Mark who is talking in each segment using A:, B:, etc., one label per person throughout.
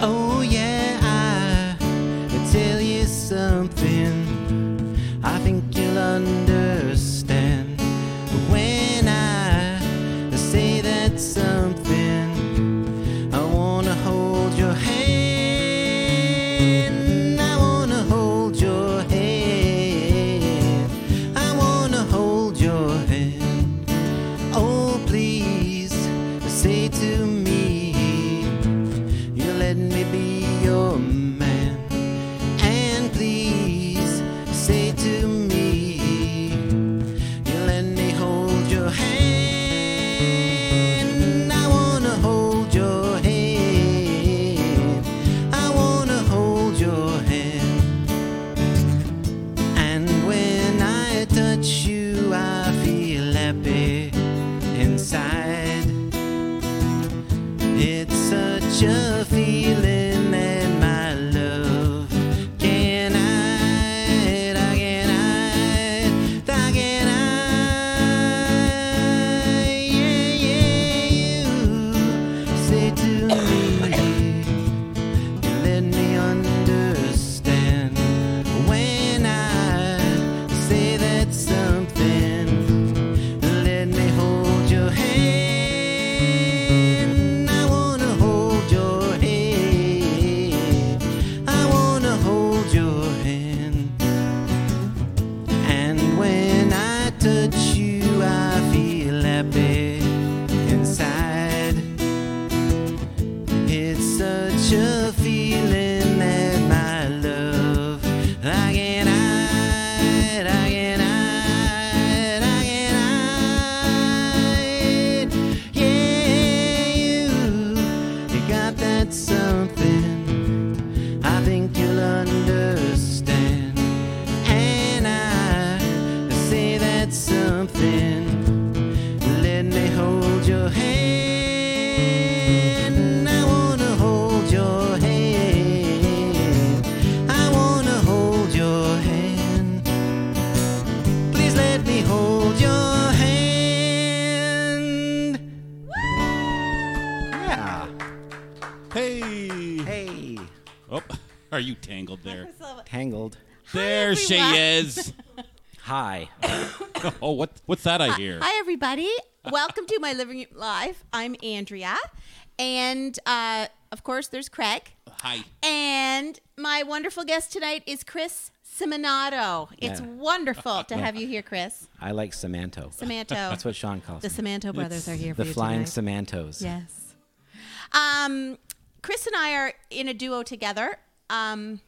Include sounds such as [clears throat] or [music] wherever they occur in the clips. A: Oh, Oh, hand. I wanna hold your hand. I wanna hold your hand. And when I touch you, I feel happy inside. It's such a feeling that my love can't hide. I can't hide. I can't hide. Yeah, yeah, you say to me. You let me understand when I say that something. Let me hold your hand. I wanna hold your hand. I wanna hold your hand. And when I touch you, I feel happy inside. It's such a feeling that my love I can hide, I can hide, I can hide. Yeah, you, you got that something I think you'll understand. And I say that something. Let me hold your hand. I wanna hold your hand. I wanna hold your hand. Please let me hold your hand. Yeah.
B: Hey.
A: Hey.
B: Oh, are you tangled
C: [laughs]
B: there?
A: Tangled.
B: There she
C: everyone.
B: is. [laughs]
A: Hi.
B: Oh, what? What's that I hear?
C: Hi, everybody. Welcome to my Living It Live. I'm Andrea. And uh, of course, there's Craig.
B: Hi.
C: And my wonderful guest tonight is Chris Simonato. It's
A: Yeah.
C: wonderful to have you here, Chris.
A: I like Samanto.
C: Samanto.
A: That's what Sean calls
C: the
A: me.
C: Samanto brothers are here
A: The
C: for you
A: flying
C: tonight.
A: Samantos.
C: Yes. Um, Chris and I are in a duo together. Um,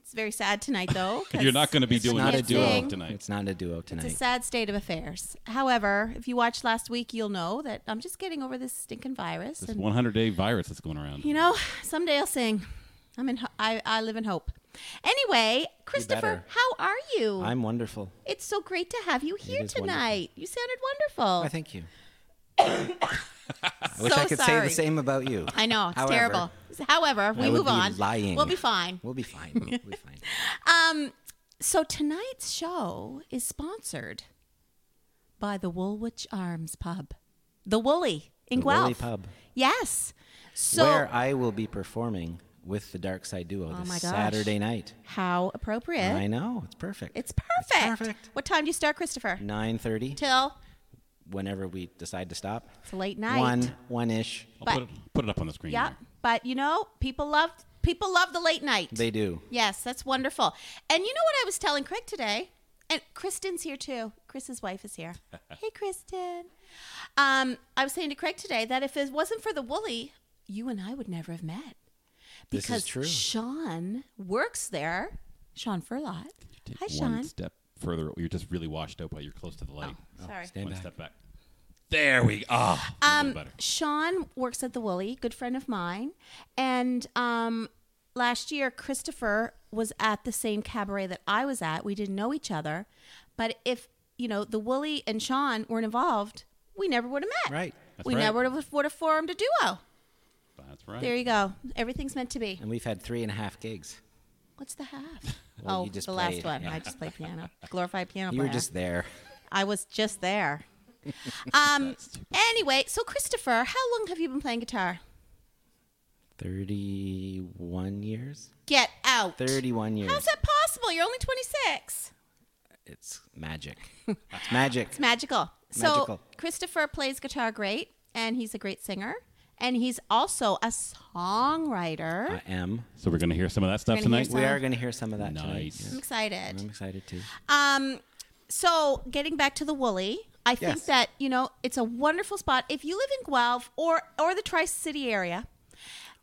C: it's very sad tonight,
A: [laughs]
C: though. 'cause
B: You're not going to be doing
A: Not
B: a
A: a
C: Can't
B: duo
C: sing.
B: tonight.
A: It's not a duo tonight.
C: It's a sad state of affairs. However, if you watched last week, you'll know that I'm just getting over this stinking virus,
B: This
C: and
B: 100 day virus that's going around.
C: you know, someday I'll sing. I'm in. ho- I I live in hope. Anyway, Christopher,
A: better.
C: how are you?
A: I'm wonderful.
C: it's so great to have you here
A: is wonderful.
C: tonight. You sounded wonderful.
A: I thank you. I Oh. wish
C: So
A: I could say
C: sorry.
A: the same about you.
C: I know it's
A: However,
C: terrible. However, we
A: I would
C: move
A: be
C: on.
A: Lying.
C: We'll be fine.
A: We'll be
C: [laughs]
A: fine. We'll be fine.
C: Um, so tonight's show is sponsored by the Woolwich Arms Pub, the Woolly in
A: The
C: Guelph.
A: Woolly Pub.
C: Yes. So Oh
A: Where I will be performing with the Dark Side Duo this
C: my gosh.
A: Saturday night.
C: how appropriate.
A: I know it's perfect.
C: It's perfect.
A: perfect.
C: What time do you start, Christopher?
A: nine thirty.
C: Till
A: Whenever we decide to stop.
C: it's a late night.
A: One, one ish.
B: I'll
C: But-
B: put, it, put it up on the screen.
C: Yep.
B: here.
C: But you know, people love people love the late night.
A: They do.
C: Yes, that's wonderful. And you know what I was telling Craig today? And Kristen's here too. Chris's wife
A: [laughs]
C: is here. hey, Kristen. Um, I was saying to Craig today that if it wasn't for the Woolly, you and I would never have met.
A: This is
C: Because
A: true.
C: Sean works there. Sean Furlot.
B: Take
C: Hi,
B: one
C: Sean. Oh,
B: step further. You're just really washed out, but you're close to the light.
C: Sorry.
A: Stand
B: one
A: back.
B: step back. There we Ah, are.
C: Um, Sean works at the Woolly, good friend of mine, and um, last year Christopher was at the same cabaret that I was at. We didn't know each other, but if you know the Woolly and Sean weren't involved, we never would have met.
A: Right.
B: That's
C: we
B: right.
C: never would have, would have formed a duo.
B: That's right.
C: There you go. Everything's meant to be.
A: And we've had three and a half gigs.
C: What's the half?
A: [laughs] Well,
C: oh,
A: you just
C: the
A: played,
C: last one.
A: yeah.
C: I just
A: [laughs]
C: played piano, glorified piano
A: You were
C: player.
A: just there.
C: I was
A: [laughs]
C: just there. Um. anyway, so Christopher, how long have you been playing guitar?
A: Thirty-one years.
C: Get out.
A: Thirty-one years.
C: How's that possible? You're only 26.
A: It's magic. It's magic.
C: [laughs] It's magical. So
A: Magical.
C: Christopher plays guitar great, and he's a great singer, and he's also a songwriter.
A: I am.
B: So we're going to hear some of that stuff
C: We're gonna hear
B: tonight.
C: some-
A: We are going to hear some of that tonight.
B: Nice.
C: I'm
A: Yeah.
C: excited.
A: I'm excited too.
C: Um, so getting back to the Woolly, I
A: Yes.
C: think that you know it's a wonderful spot if you live in Guelph or or the Tri City area.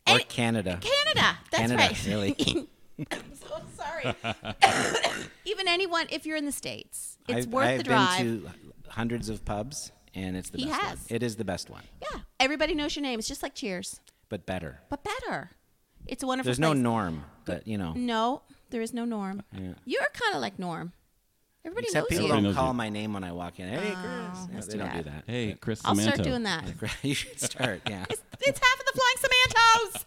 A: Or
C: And-
A: Canada.
C: Canada. That's
A: Canada,
C: right.
A: really.
C: [laughs] I'm so
A: [laughs]
C: sorry. [coughs] Even anyone, if you're in the states, it's
A: I've,
C: worth
A: I've
C: the drive.
A: been to hundreds of pubs, and it's the
C: He
A: best
C: has.
A: one. It is the best one,
C: yeah, everybody knows your name. It's just like Cheers, but
A: better.
C: but better. It's a wonderful.
A: There's no
C: place.
A: norm, but you know,
C: No, there is no Norm. You're kind of like Norm. Everybody
A: except
C: knows
A: people
C: you.
B: Everybody
C: Oh,
A: don't
B: knows
A: call
B: you.
A: my name when I walk in. Hey, Chris. Yeah,
C: that's
A: they
C: too
A: don't do
C: bad.
A: that.
B: Hey, Chris.
C: I'll start
B: Samantha.
C: doing that.
A: [laughs] you
C: [laughs]
A: should start. Yeah.
C: It's, it's half of the flying Samantos.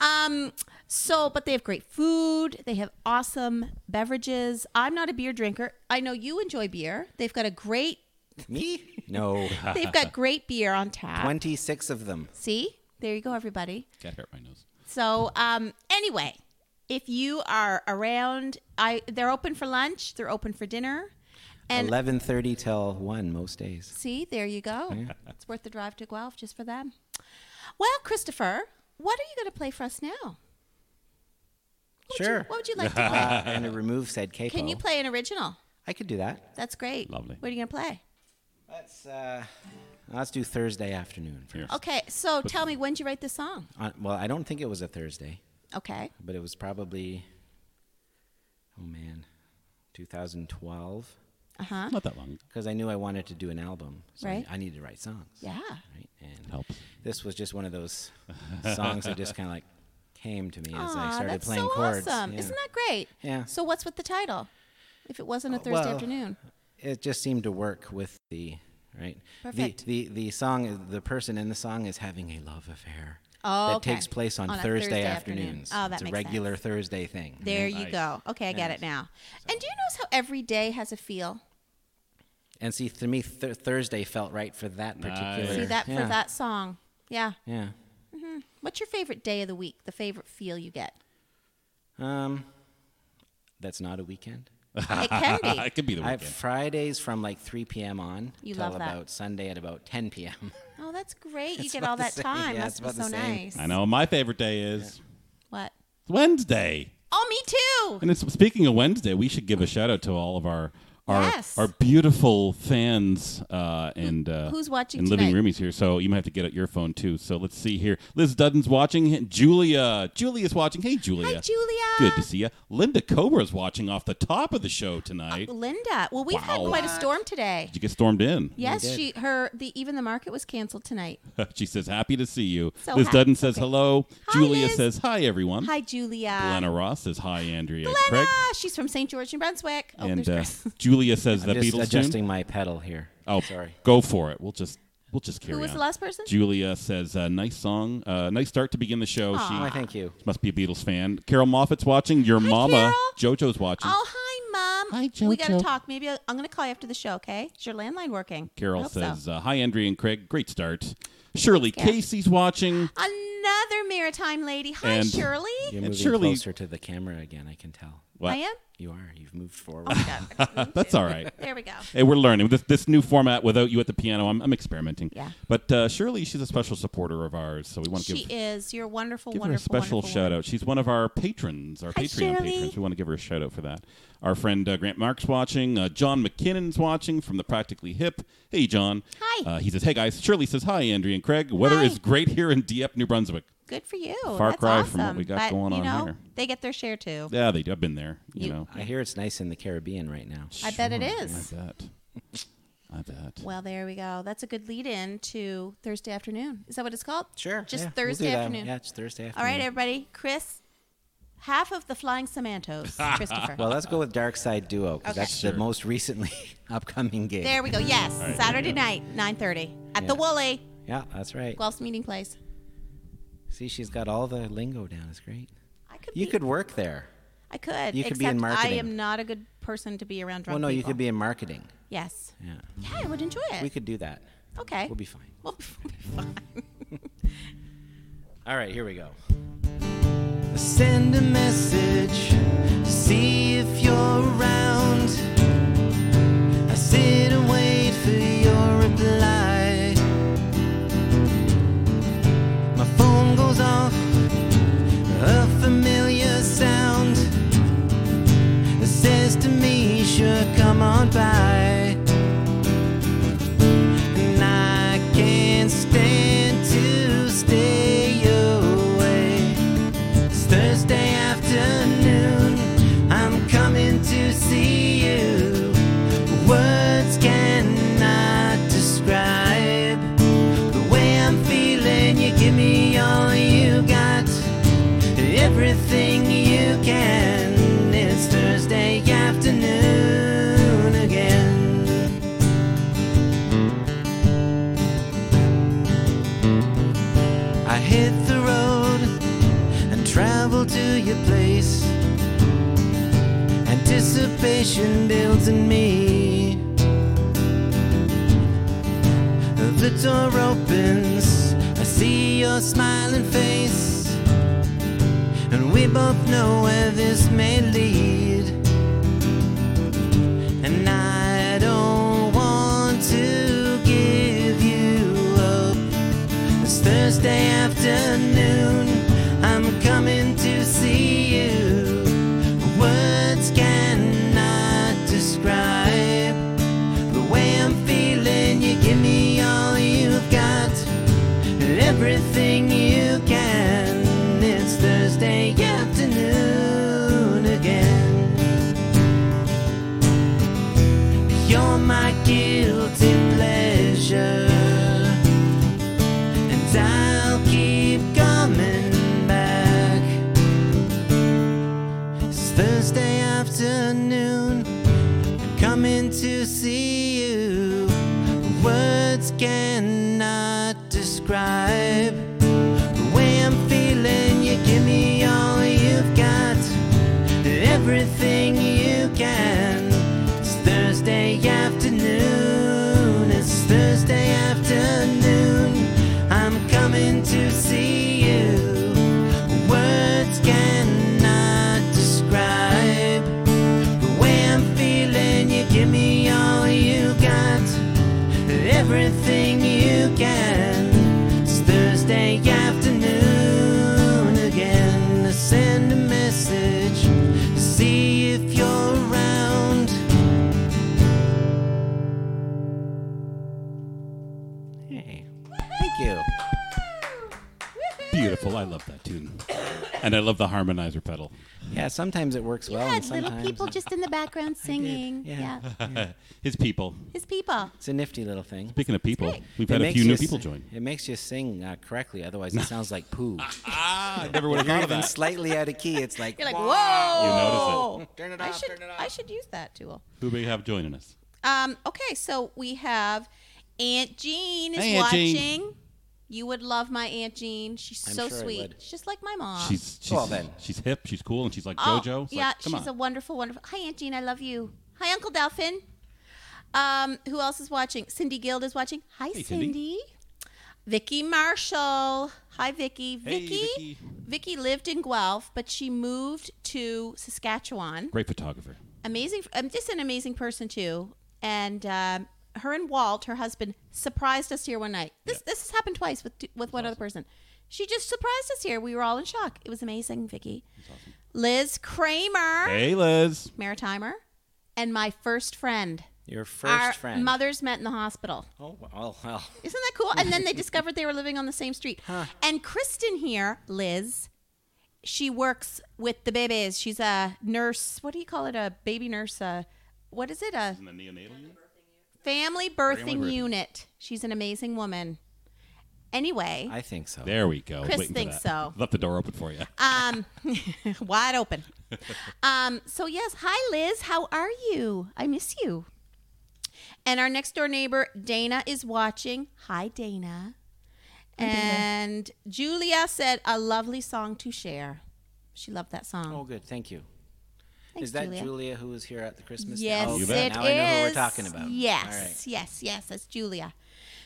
C: Um, so, but they have great food. They have awesome beverages. I'm not a beer drinker. I know you enjoy beer. They've got a great.
A: Me?
C: [laughs]
A: No. [laughs]
C: They've got great beer on tap.
A: Twenty-six of them.
C: See, there you go, everybody.
B: Cat hurt my nose.
C: So, um, anyway, if you are around, I they're open for lunch. They're open for dinner. And
A: Eleven thirty till one most
C: [laughs]
A: days.
C: See, there you go. It's worth the drive to Guelph just for them. Well, Christopher, what are you going to play for us now? What would you-
A: Sure.
C: what would you
A: [laughs]
C: like to play?
A: Uh, and to remove said capo.
C: Can you play an original?
A: I could do that.
C: That's great.
B: Lovely.
C: What are you going to play?
A: Let's uh, let's do Thursday afternoon.
B: Here.
C: Okay, so tell me, when did you write this song?
A: Uh, well, I don't think it was a Thursday,
C: Okay.
A: but it was probably oh man, 2012
C: Uh huh.
B: Not that long.
A: because I knew I wanted to do an album. So I-
C: Right.
A: I, needed to write songs.
C: Yeah.
A: Right. And
B: Helps.
A: this was just one of those songs that just kind of like came to me as I
C: Aw,
A: started
C: that's
A: playing
C: so
A: chords.
C: awesome.
A: Yeah.
C: Isn't that great?
A: Yeah. Uh,
C: So, what's with the title? If it wasn't a Thursday
A: well,
C: afternoon.
A: it just seemed to work with the right
C: Perfect.
A: the the, the song the person in the song is having a love affair
C: Oh,
A: that
C: okay.
A: takes place on,
C: On a
A: thursday,
C: Thursday afternoon.
A: afternoons
C: Oh, that
A: it's
C: makes
A: a regular thursday thing
C: There you
B: Nice.
C: go. Okay, I get it now. And do you notice how every day has a feel?
A: and see to me th- thursday felt right for that particular
C: See that
A: yeah.
C: for that song? Yeah.
A: yeah
C: What's your favorite day of the week? The favorite feel you get?
A: um that's not a weekend [laughs]
C: It can be.
B: it could be the
A: I
B: weekend.
A: have fridays from like 3 p.m on
C: You
A: till
C: love that.
A: about sunday at about 10 p.m
C: Oh, that's great. You
A: It's
C: get
A: about
C: all
A: the
C: that
A: same.
C: time.
A: Yeah,
C: That's
A: it's about
C: so
A: the same.
C: nice.
B: I know what my favorite day is
C: What?
B: Wednesday.
C: Oh, me too.
B: And it's speaking of Wednesday, we should give a shout out to all of our our,
C: Yes.
B: our beautiful fans uh, and uh,
C: who's watching
B: and living
C: tonight?
B: roomies here. So you might have to get out your phone too. So let's see here. Liz Dudden's watching. Julia, Julia's watching. Hey, Julia.
C: Hi, Julia.
B: Good to see you. Linda Cobra's watching off the top of the show tonight.
C: Oh. Linda. Well, we've had
B: Wow.
C: quite a storm today.
B: Did you get stormed in?
C: Yes,
A: did.
C: she her the even the market was canceled tonight.
B: [laughs] she says, "Happy to see you."
C: So
B: Liz
C: happy.
B: Dudden says, "Hello."
C: Hi,
B: Julia
C: Liz.
B: says, "Hi, everyone."
C: Hi, Julia.
B: Glenna Ross says, "Hi, Andrea."
C: Glenna!
B: Craig.
C: She's from St. George, New Brunswick. Oh,
B: and uh,
C: [laughs] there's
B: Julia says
A: i'm
B: the
A: [laughs] just
B: Beatles
A: adjusting
B: tune.
A: my pedal here
B: Oh,
A: sorry
B: Go for it. We'll just we'll just carry
C: Who was
B: on.
C: the last person?
B: Julia says, uh, "Nice song, uh, nice start to begin the show."
A: oh,
B: She
A: thank you
B: must be a Beatles fan. Carol Moffat's watching. Your mama, JoJo's watching.
C: Oh, hi, Mom.
B: Hi,
C: We got to
B: Jojo.
C: talk. Maybe I- I'm going to call you after the show, okay? Is your landline working? I
B: Carol
C: hope so.
B: says, uh, "Hi, Andrea and Craig. Great start." Shirley Casey's watching.
C: Another maritime lady. Hi,
B: And-
C: Shirley.
A: you're
B: And
A: moving
B: surely-
A: closer to the camera again i can tell
B: Well, [laughs]
C: I am. Mm-hmm.
A: you are you've moved forward
B: Oh. That's all right.
C: There we go.
B: Hey, we're learning this, this new format without you at the piano. I'm, I'm experimenting.
C: Yeah.
B: But uh, Shirley, she's a special supporter of ours, so we want to
C: She
B: give,
C: is. You're a wonderful,
B: give her a
C: wonderful,
B: special
C: wonderful
B: shout
C: woman.
B: out. She's one of our patrons, our
C: Hi,
B: Patreon
C: Shirley.
B: patrons. We want to give her a shout out for that. Our friend uh, Grant Marks watching. Uh, John McKinnon's watching from the Practically Hip. Hey, John.
C: Hi.
B: Uh, he says, "Hey guys." Shirley says, "Hi, Andrea and Craig. Weather
C: Hi.
B: is great here in Dieppe, New Brunswick.
C: Good for you.
B: Far
C: That's
B: cry
C: awesome.
B: from what we got
C: but,
B: going
C: you
B: on
C: know,
B: here.
C: They get their share too.
B: Yeah, they. do. I've been there. You,
C: You-
B: know.
A: I hear it's nice in the Caribbean right now.
C: I bet it
B: Sure,
C: is.
B: I bet. I bet.
C: Well, there we go. That's a good lead in to Thursday afternoon. Is that what it's called? Just
A: Yeah, we'll do
C: Thursday
A: that.
C: afternoon.
A: Yeah, it's Thursday
C: All
A: afternoon.
C: right, everybody. Chris, half of the
B: [laughs]
C: Flying Samantos, Christopher.
A: Well, let's go with Dark Side Duo because
C: Okay.
A: that's
B: Sure.
A: the most [laughs] recently upcoming gig.
C: there we go. Yes, Saturday night, 9:30 at the
A: Yeah.
C: Woolly,
A: Yeah, that's right.
C: Guelph's meeting place.
A: See, she's got all the lingo down. It's great.
C: I could.
A: You
C: be,
A: could work there.
C: I could.
A: you could be in
C: except I
A: marketing.
C: am not a good person to be around drunk
A: Well, no, you
C: people.
A: could be in marketing.
C: Yes.
A: Yeah,
C: Yeah, I would enjoy it.
A: we could do that.
C: okay.
A: We'll be fine.
C: [laughs] We'll be- we'll be fine.
A: All right, here we go.
D: Send a message to see if you're around. I sit and wait for your reply. My phone goes off, a familiar sound that says to me, Sure, come on by. And I can't stand to stay away. It's Thursday afternoon.
A: hit the road and travel to your place. Anticipation builds in me. The door opens, I see your smiling face, and we both know where this may lead. And I don't want to give you up. It's Thursday afternoon. I'm coming to see you. Words cannot describe the way I'm feeling. You give me all you've got, everything you can. It's Thursday afternoon again. You're my guilty pleasure. And I'll keep coming back. It's Thursday afternoon. I'm coming to see you. Words cannot describe the way I'm feeling. You give me all you've got everything you can. It's Thursday afternoon. It's Thursday afternoon. I'm coming to see you. Words cannot describe the way I'm feeling. You give me all you got, everything you can. It's Thursday afternoon again. Send a message, see if you're around. Hey, thank you.
B: Beautiful. I love that tune. And I love the harmonizer pedal.
A: Yeah, sometimes it works well,
C: Yeah,
A: and
C: little
A: sometimes
C: people just in
A: [laughs]
C: the background singing.
A: yeah.
C: Yeah.
B: [laughs] His people.
C: His people.
A: it's a nifty little thing.
B: Speaking of people,
C: great.
B: we've
A: It
B: had a
A: makes
B: few new
A: you
B: people
A: s-
B: join.
A: It makes you sing uh, correctly,
B: [laughs]
A: otherwise it sounds like poo.
B: Ah, I never would have
A: If you're
B: thought of
A: even
B: that.
A: slightly out of key, it's like,
C: You're like,
A: "Wah."
C: whoa. [laughs]
A: Turn it
C: I
A: off,
C: should,
A: turn it
C: I
A: off.
C: should use that tool.
B: Who we have joining us?
C: Um, okay, so we have Aunt Jean is
B: Hey, Aunt
C: watching.
B: Jean.
C: You would love my Aunt Jean. She's
A: I'm
C: so
A: sure I
C: sweet.
A: would.
C: She's just like my mom.
B: She's she's,
A: Well, then.
B: she's hip. She's cool, and she's like
C: Uh, Oh,
B: JoJo. It's
C: yeah,
B: like, come on.
C: she's a wonderful, wonderful. Hi, Aunt Jean. I love you. Hi, Uncle Delphin. Um, who else is watching? Cindy Guild is watching. Hi,
B: Hey, Cindy.
C: Cindy. Vicky Marshall. Hi, Vicky.
B: Hey,
C: Vicky.
B: Vicky.
C: Vicky lived in Guelph, but she moved to Saskatchewan.
B: Great photographer.
C: amazing um, just an amazing person too and um, her and walt her husband surprised us here one night this this has happened twice with t- with one other person she just surprised us here we were all in shock it was amazing vicky liz kramer
B: Hey, Liz.
C: maritimer and my first friend
A: Your first
C: our
A: friend.
C: mothers met in the hospital
A: oh, well, well.
C: isn't that cool?
A: [laughs]
C: And then they discovered they were living on the same street. And Kristen here, Liz, she works with the babies. She's a nurse. What do you call it? A baby nurse? A, what is it? A
B: And the neonatal.
C: family birthing
B: birthing.
C: unit. She's an amazing woman. Anyway,
A: I think so.
B: There we go. I was
C: Chris
B: waiting for
C: thinks
B: that.
C: so.
B: Left the door open for you.
C: um, [laughs] wide
A: [laughs]
C: open. Um, so yes, hi Liz, how are you? I miss you. And our next door neighbor Dana is watching. Hi Dana. And Julia said a lovely song to share. She loved that song.
A: Oh, good. Thank you.
C: Thanks,
A: is that Julia.
C: Julia.
A: who was here at the Christmas?
C: Yes,
A: Oh,
C: it is.
B: bet.
A: Now I know who we're talking about.
C: Yes,
A: All right.
C: yes, yes. That's Julia.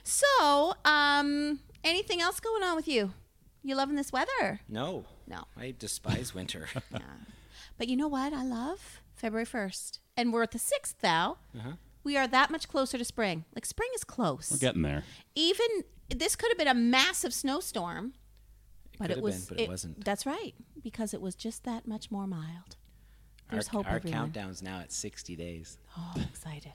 C: So, um, anything else going on with you? You loving this weather?
A: No,
C: No.
A: I despise winter.
C: But you know what? I love February first, and we're at the sixth now.
A: Uh-huh.
C: We are that much closer to spring. Like spring is close.
B: We're getting there.
C: Even this could have been a massive snowstorm, but
A: could
C: it
A: have
C: was.
A: been, but it wasn't.
C: That's right, because it was just that much more mild.
A: our
C: [laughs] There's hope,
A: our
C: everyone.
A: countdown's now at 60 days.
C: Oh,
A: [laughs]
C: I'm excited.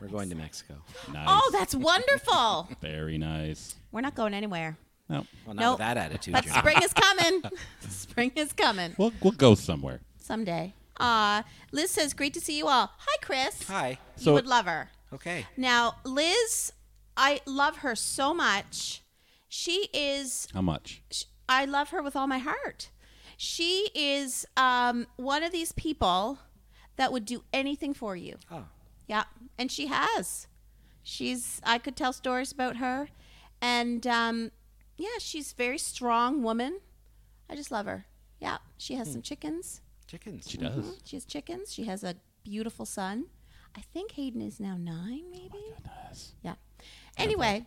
A: We're going to Mexico.
B: Nice.
C: [laughs] oh, that's wonderful.
B: Very nice.
C: We're not going anywhere.
B: No.
A: Well, not
C: Nope.
A: with that attitude.
C: But
A: you're not.
C: spring is coming. [laughs] spring is coming
B: We'll, we'll go somewhere.
C: someday. Uh, Liz says, "Great to see you all." Hi, Chris.
A: Hi.
C: You
B: So-
C: would love her.
A: Okay.
C: Now, Liz, I love her so much. She is,
B: How much?
C: sh- I love her with all my heart. She is um, one of these people that would do anything for you.
A: Oh,
C: Yeah. And she has. She's, I could tell stories about her. And um, yeah, she's a very strong woman. I just love her. Yeah, she
D: Hmm.
C: has some chickens.
D: Chickens.
B: She does.
C: She has chickens. She has a beautiful son. I think Hayden is now nine,
D: Oh
C: maybe.
B: Nice.
C: yeah. Anyway,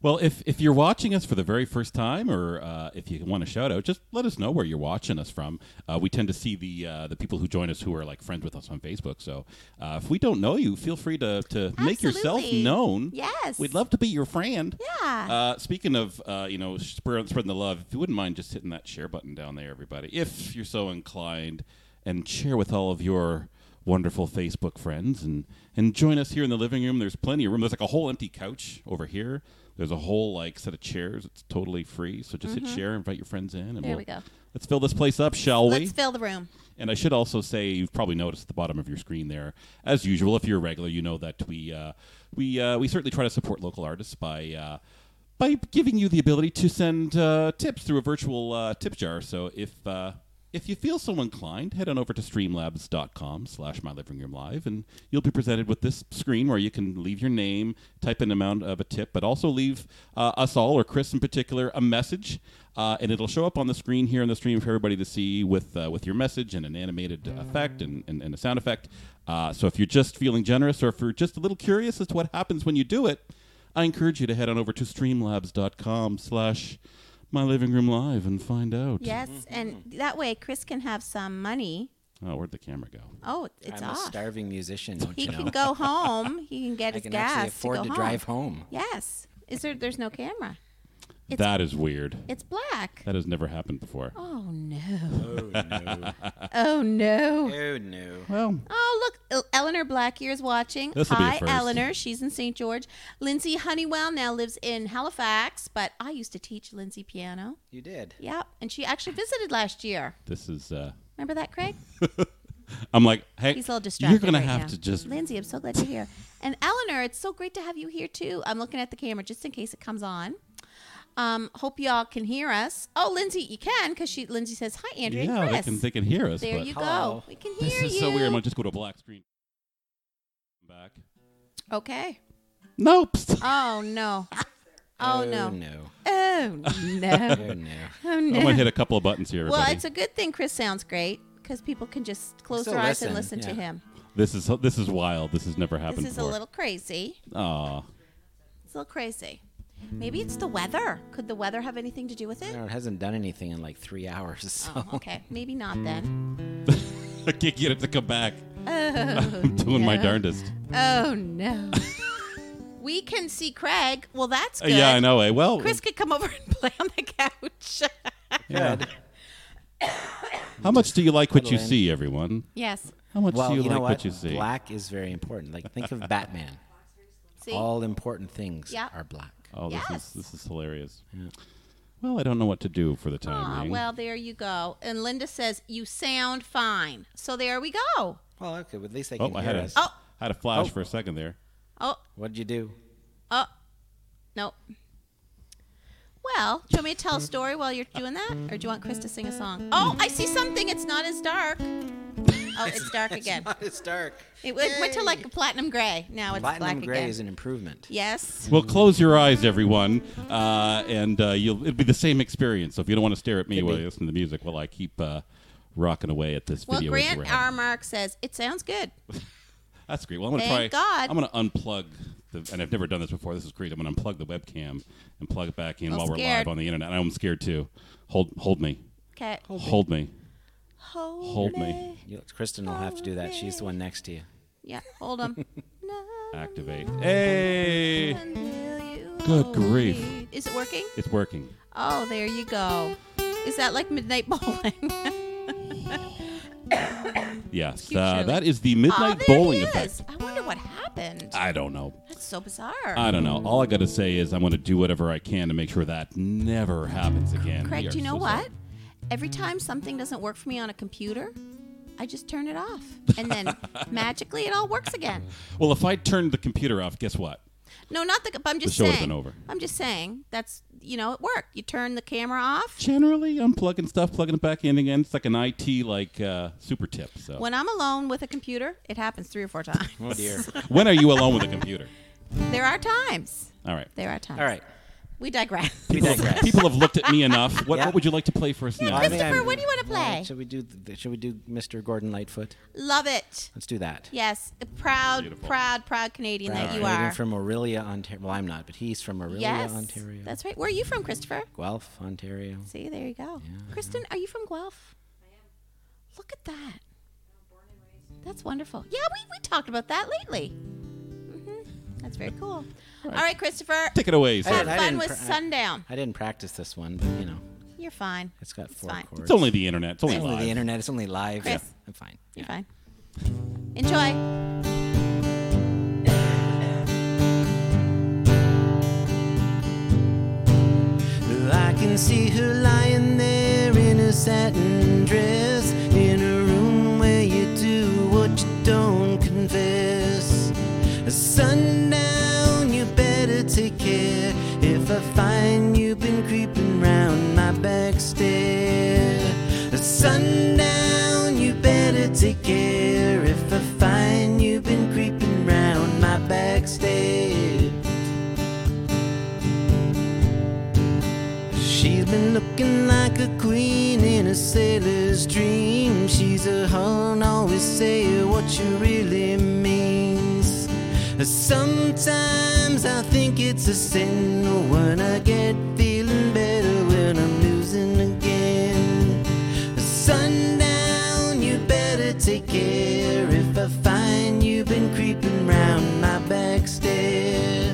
B: Well, if, if you're watching us for the very first time, or uh, if you want a shout out, just let us know where you're watching us from. Uh, we tend to see the uh, the people who join us who are like friends with us on Facebook. So uh, if we don't know you, feel free to, to make yourself
C: Absolutely.
D: Hmm?
B: known.
C: Yes.
B: we'd love to be your friend.
C: Yeah.
B: Uh, speaking of uh, you know spread, spreading the love, if you wouldn't mind just hitting that share button down there, everybody, if you're so inclined, and share with all of your wonderful Facebook friends, and and join us here in the living room. There's plenty of room. There's like a whole empty couch over here. There's a whole like set of chairs. It's totally free. So just hit share, invite your friends in, and
C: Mm-hmm. There
B: we'll-
C: we go.
B: Let's fill this place up, shall we?
C: let's fill the room.
D: Hmm.
B: And I should also say, you've probably noticed at the bottom of your screen there, as usual, if you're a regular, you know that we uh, we uh, we certainly try to support local artists by. Uh, by giving you the ability to send uh, tips through a virtual uh, tip jar, so if uh, if you feel so inclined, head on over to streamlabs.com/slash my living room live, and you'll be presented with this screen where you can leave your name, type an amount of a tip, but also leave uh, us all or Chris in particular a message, uh, and it'll show up on the screen here in the stream for everybody to see with uh, with your message and an animated effect and, and, and a sound effect. Uh, so if you're just feeling generous, or if you're just a little curious as to what happens when you do it, I encourage you to head on over to streamlabs.com/slash my living room live and find out.
C: Yes,
D: Hmm.
C: and that way Chris can have some money.
B: Oh, where'd the camera go?
C: Oh, it- it's
D: I'm a
C: off.
D: starving musician, don't
C: He
D: you
C: can
D: know? [laughs]
C: go home. He can get
D: I
C: his
D: can
C: gas
D: actually afford
C: to,
D: to,
C: go [laughs]
D: drive home.
C: Yes. Is there? There's no camera. It's-
B: That is weird. [laughs]
C: It's black.
B: That has never happened before.
C: Oh no. Oh
D: Oh no!
C: no.
D: oh no!
B: Well,
C: Oh look, El- Eleanor Blackear's watching.
B: This'll be a
C: Hi,
B: first.
C: Eleanor. She's in St. George. Lindsay Honeywell now lives in Halifax, but I used to teach Lindsay piano.
D: You did.
C: Yep, and she actually visited last year.
B: this is. Uh,
C: Remember that, Craig?
B: I'm like, hey,
C: He's a little distracted.
B: you're gonna
C: right
B: have
C: now.
B: to just.
C: Lindsay, I'm so glad you're here. And Eleanor, it's so great to have you here too. I'm looking at the camera just in case it comes on. Um, hope y'all can hear us. Oh, Lindsay, you can because she Lindsay says hi, Andrew and
B: yeah, they
C: Chris.
B: can they can hear us.
C: there
B: but
C: you go.
D: Hello.
C: We can hear
B: [laughs] this is
C: you.
B: so weird. I'm gonna just go to a black screen. Back.
C: Okay.
B: Nope. [laughs]
C: Oh no. Oh no.
D: no!
C: Oh
B: [laughs]
C: no.
D: Oh no!
C: Oh
B: I
C: no.
B: might hit a couple of buttons here.
C: Well,
B: everybody.
C: it's a good thing Chris sounds great because people can just close
D: Still
C: their eyes and listen
D: listen,
C: to
D: yeah.
C: him.
B: this is this is wild. This has never happened
C: This is a
B: before.
C: little crazy.
B: Aw. [laughs]
C: It's a little crazy. Maybe it's the weather. Could the weather have anything to do with it?
D: No, it hasn't done anything in like three hours. So.
C: Oh,
D: [laughs]
C: okay. Maybe not
B: [laughs]
C: then.
B: I can't get it to come back.
C: [laughs] Oh,
B: I'm doing my
C: no.
B: darndest.
C: oh
D: [laughs]
C: no. we can see Craig. Well, that's
B: Uh,
C: good.
B: yeah, I know. Eh? Well,
C: Chris could come over and [laughs] play on the couch. [laughs]
B: yeah. How much do you like what you
D: Cuddling.
B: see, everyone?
C: yes.
B: How much
D: Well,
B: do you,
D: you,
B: like
D: know
B: what?
D: what?
B: you see?
D: Black is very important. Like think of Batman.
C: [laughs] See?
D: All important things
C: Yeah.
D: are black.
B: Oh, this
C: Yes.
B: is this is hilarious. Well, I don't know what to do for the time
C: Ah,
B: being.
C: well, there you go. And Linda says, You sound fine. So there we go.
D: Well, okay. Well, at least they
B: oh,
D: can
B: I
D: hear
B: had a
D: us.
C: Oh.
B: had a flash
D: Oh.
B: for a second there.
C: Oh,
D: What'd you do?
C: oh. Nope. Well, do you want me to tell a story while you're doing that? Or do you want Chris to sing a song? Oh, I see something. It's not as dark. Oh,
D: [laughs]
C: it's dark again.
D: it's dark.
C: It went, went to like a platinum gray. Now it's
D: Platinum
C: black
D: gray
C: again.
D: is an improvement.
C: yes.
B: Well, close your eyes, everyone, uh, and uh, you'll it'll be the same experience. So if you don't want to stare at me while you listen to the music, while I keep uh, rocking away at this
C: Well,
B: video. as we're
C: Grant
B: having-
C: Armark says it sounds good.
B: That's great. Well, I'm gonna
C: Thank
B: try.
C: God.
B: I'm gonna unplug. The, and I've never done this before. This is great. I'm gonna unplug the webcam and plug it back in
C: I'm
B: while we're
C: scared.
B: live on the internet. And I'm scared too. Hold, hold me.
C: Okay.
B: Hold me.
C: Hold,
B: Hold me.
D: You, Kristen will have to do that. She's the one next
B: [laughs]
D: to you.
C: Yeah, hold him.
B: Activate. Hey, Good grief.
C: Is it working?
B: it's working.
C: Oh, there you go. Is that like midnight [laughs] bowling?
B: Yes,
C: Cute,
B: uh,
C: Shirley.
B: that is the
C: oh,
B: midnight
C: there
B: bowling
C: it
B: effect.
C: is. I wonder what happened.
B: I don't know.
C: That's so bizarre.
B: I don't know. All I got to say is I'm going to do whatever I can to make sure that never happens again. We
C: Craig,
B: are
C: do you know
B: so
C: what?
B: sorry.
C: Every time something doesn't work for me on a computer, I just turn
B: [laughs]
C: it off. And then magically it all works again.
B: Well, if I turned the computer off, guess what?
C: No, not the. But I'm just
B: show would've
C: saying.
B: been over.
C: I'm just saying. That's you know, it worked. You turn the camera off.
B: Generally, I'm plugging stuff, plugging it back in again. It's like an IT like uh, super tip. So when,
C: When I'm alone with a computer, it happens three or
B: [laughs]
C: four times.
D: Oh dear.
B: are you alone with a computer?
C: there are times.
B: All right.
C: There are times.
D: All right.
B: [laughs]
C: We digress.
D: We digress.
B: People have looked at me enough. What,
D: Yeah.
B: what would you like to play for us now?
D: I
C: [laughs]
D: think
C: Christopher,
D: I'm-
C: what do you wanna play?
D: Should we do? th- Should we do Mr. Gordon Lightfoot?
C: [laughs] Love it.
D: Let's do that.
C: Yes, proud,
B: Beautiful.
C: proud, proud Canadian that
D: Proud
C: you
D: Canadian
C: are.
D: from Orillia, Ontario. Well, I'm not, but he's from Orillia,
C: yes,
D: Ontario.
C: that's right. Where are you from, Christopher?
D: Guelph, Ontario.
C: See, there you go. Kristen, are you from Guelph? I am. Look at that. That's wonderful. Yeah, we, we talked about that lately. hmm That's very cool. All right, Christopher.
B: Take it away,
D: Hey,
B: sir.
C: Have
D: I
C: fun
D: didn't
C: with
D: pra- I-
C: Sundown.
D: I didn't practice this one, but you know,
C: You're fine.
D: it's got
C: It's
D: four
C: fine.
D: chords.
B: It's only the internet. It's only
D: It's only the
B: live.
D: internet. It's only live.
C: Chris.
D: Yeah, I'm fine.
C: You're fine. Enjoy.
D: I can see her lying there in her satin dress in a room where you do what you don't confess. Sundown, you better take care if I find you've been creeping round my back stair. Sundown, you better take care if I find you've been creeping round my back stair. She's been looking like a queen in a sailor's dream. She's a hun, always say what she really means. Sometimes I think it's a sin when I get feeling better when I'm losing again. Sundown, you better take care if I find you've been creeping round my back stair.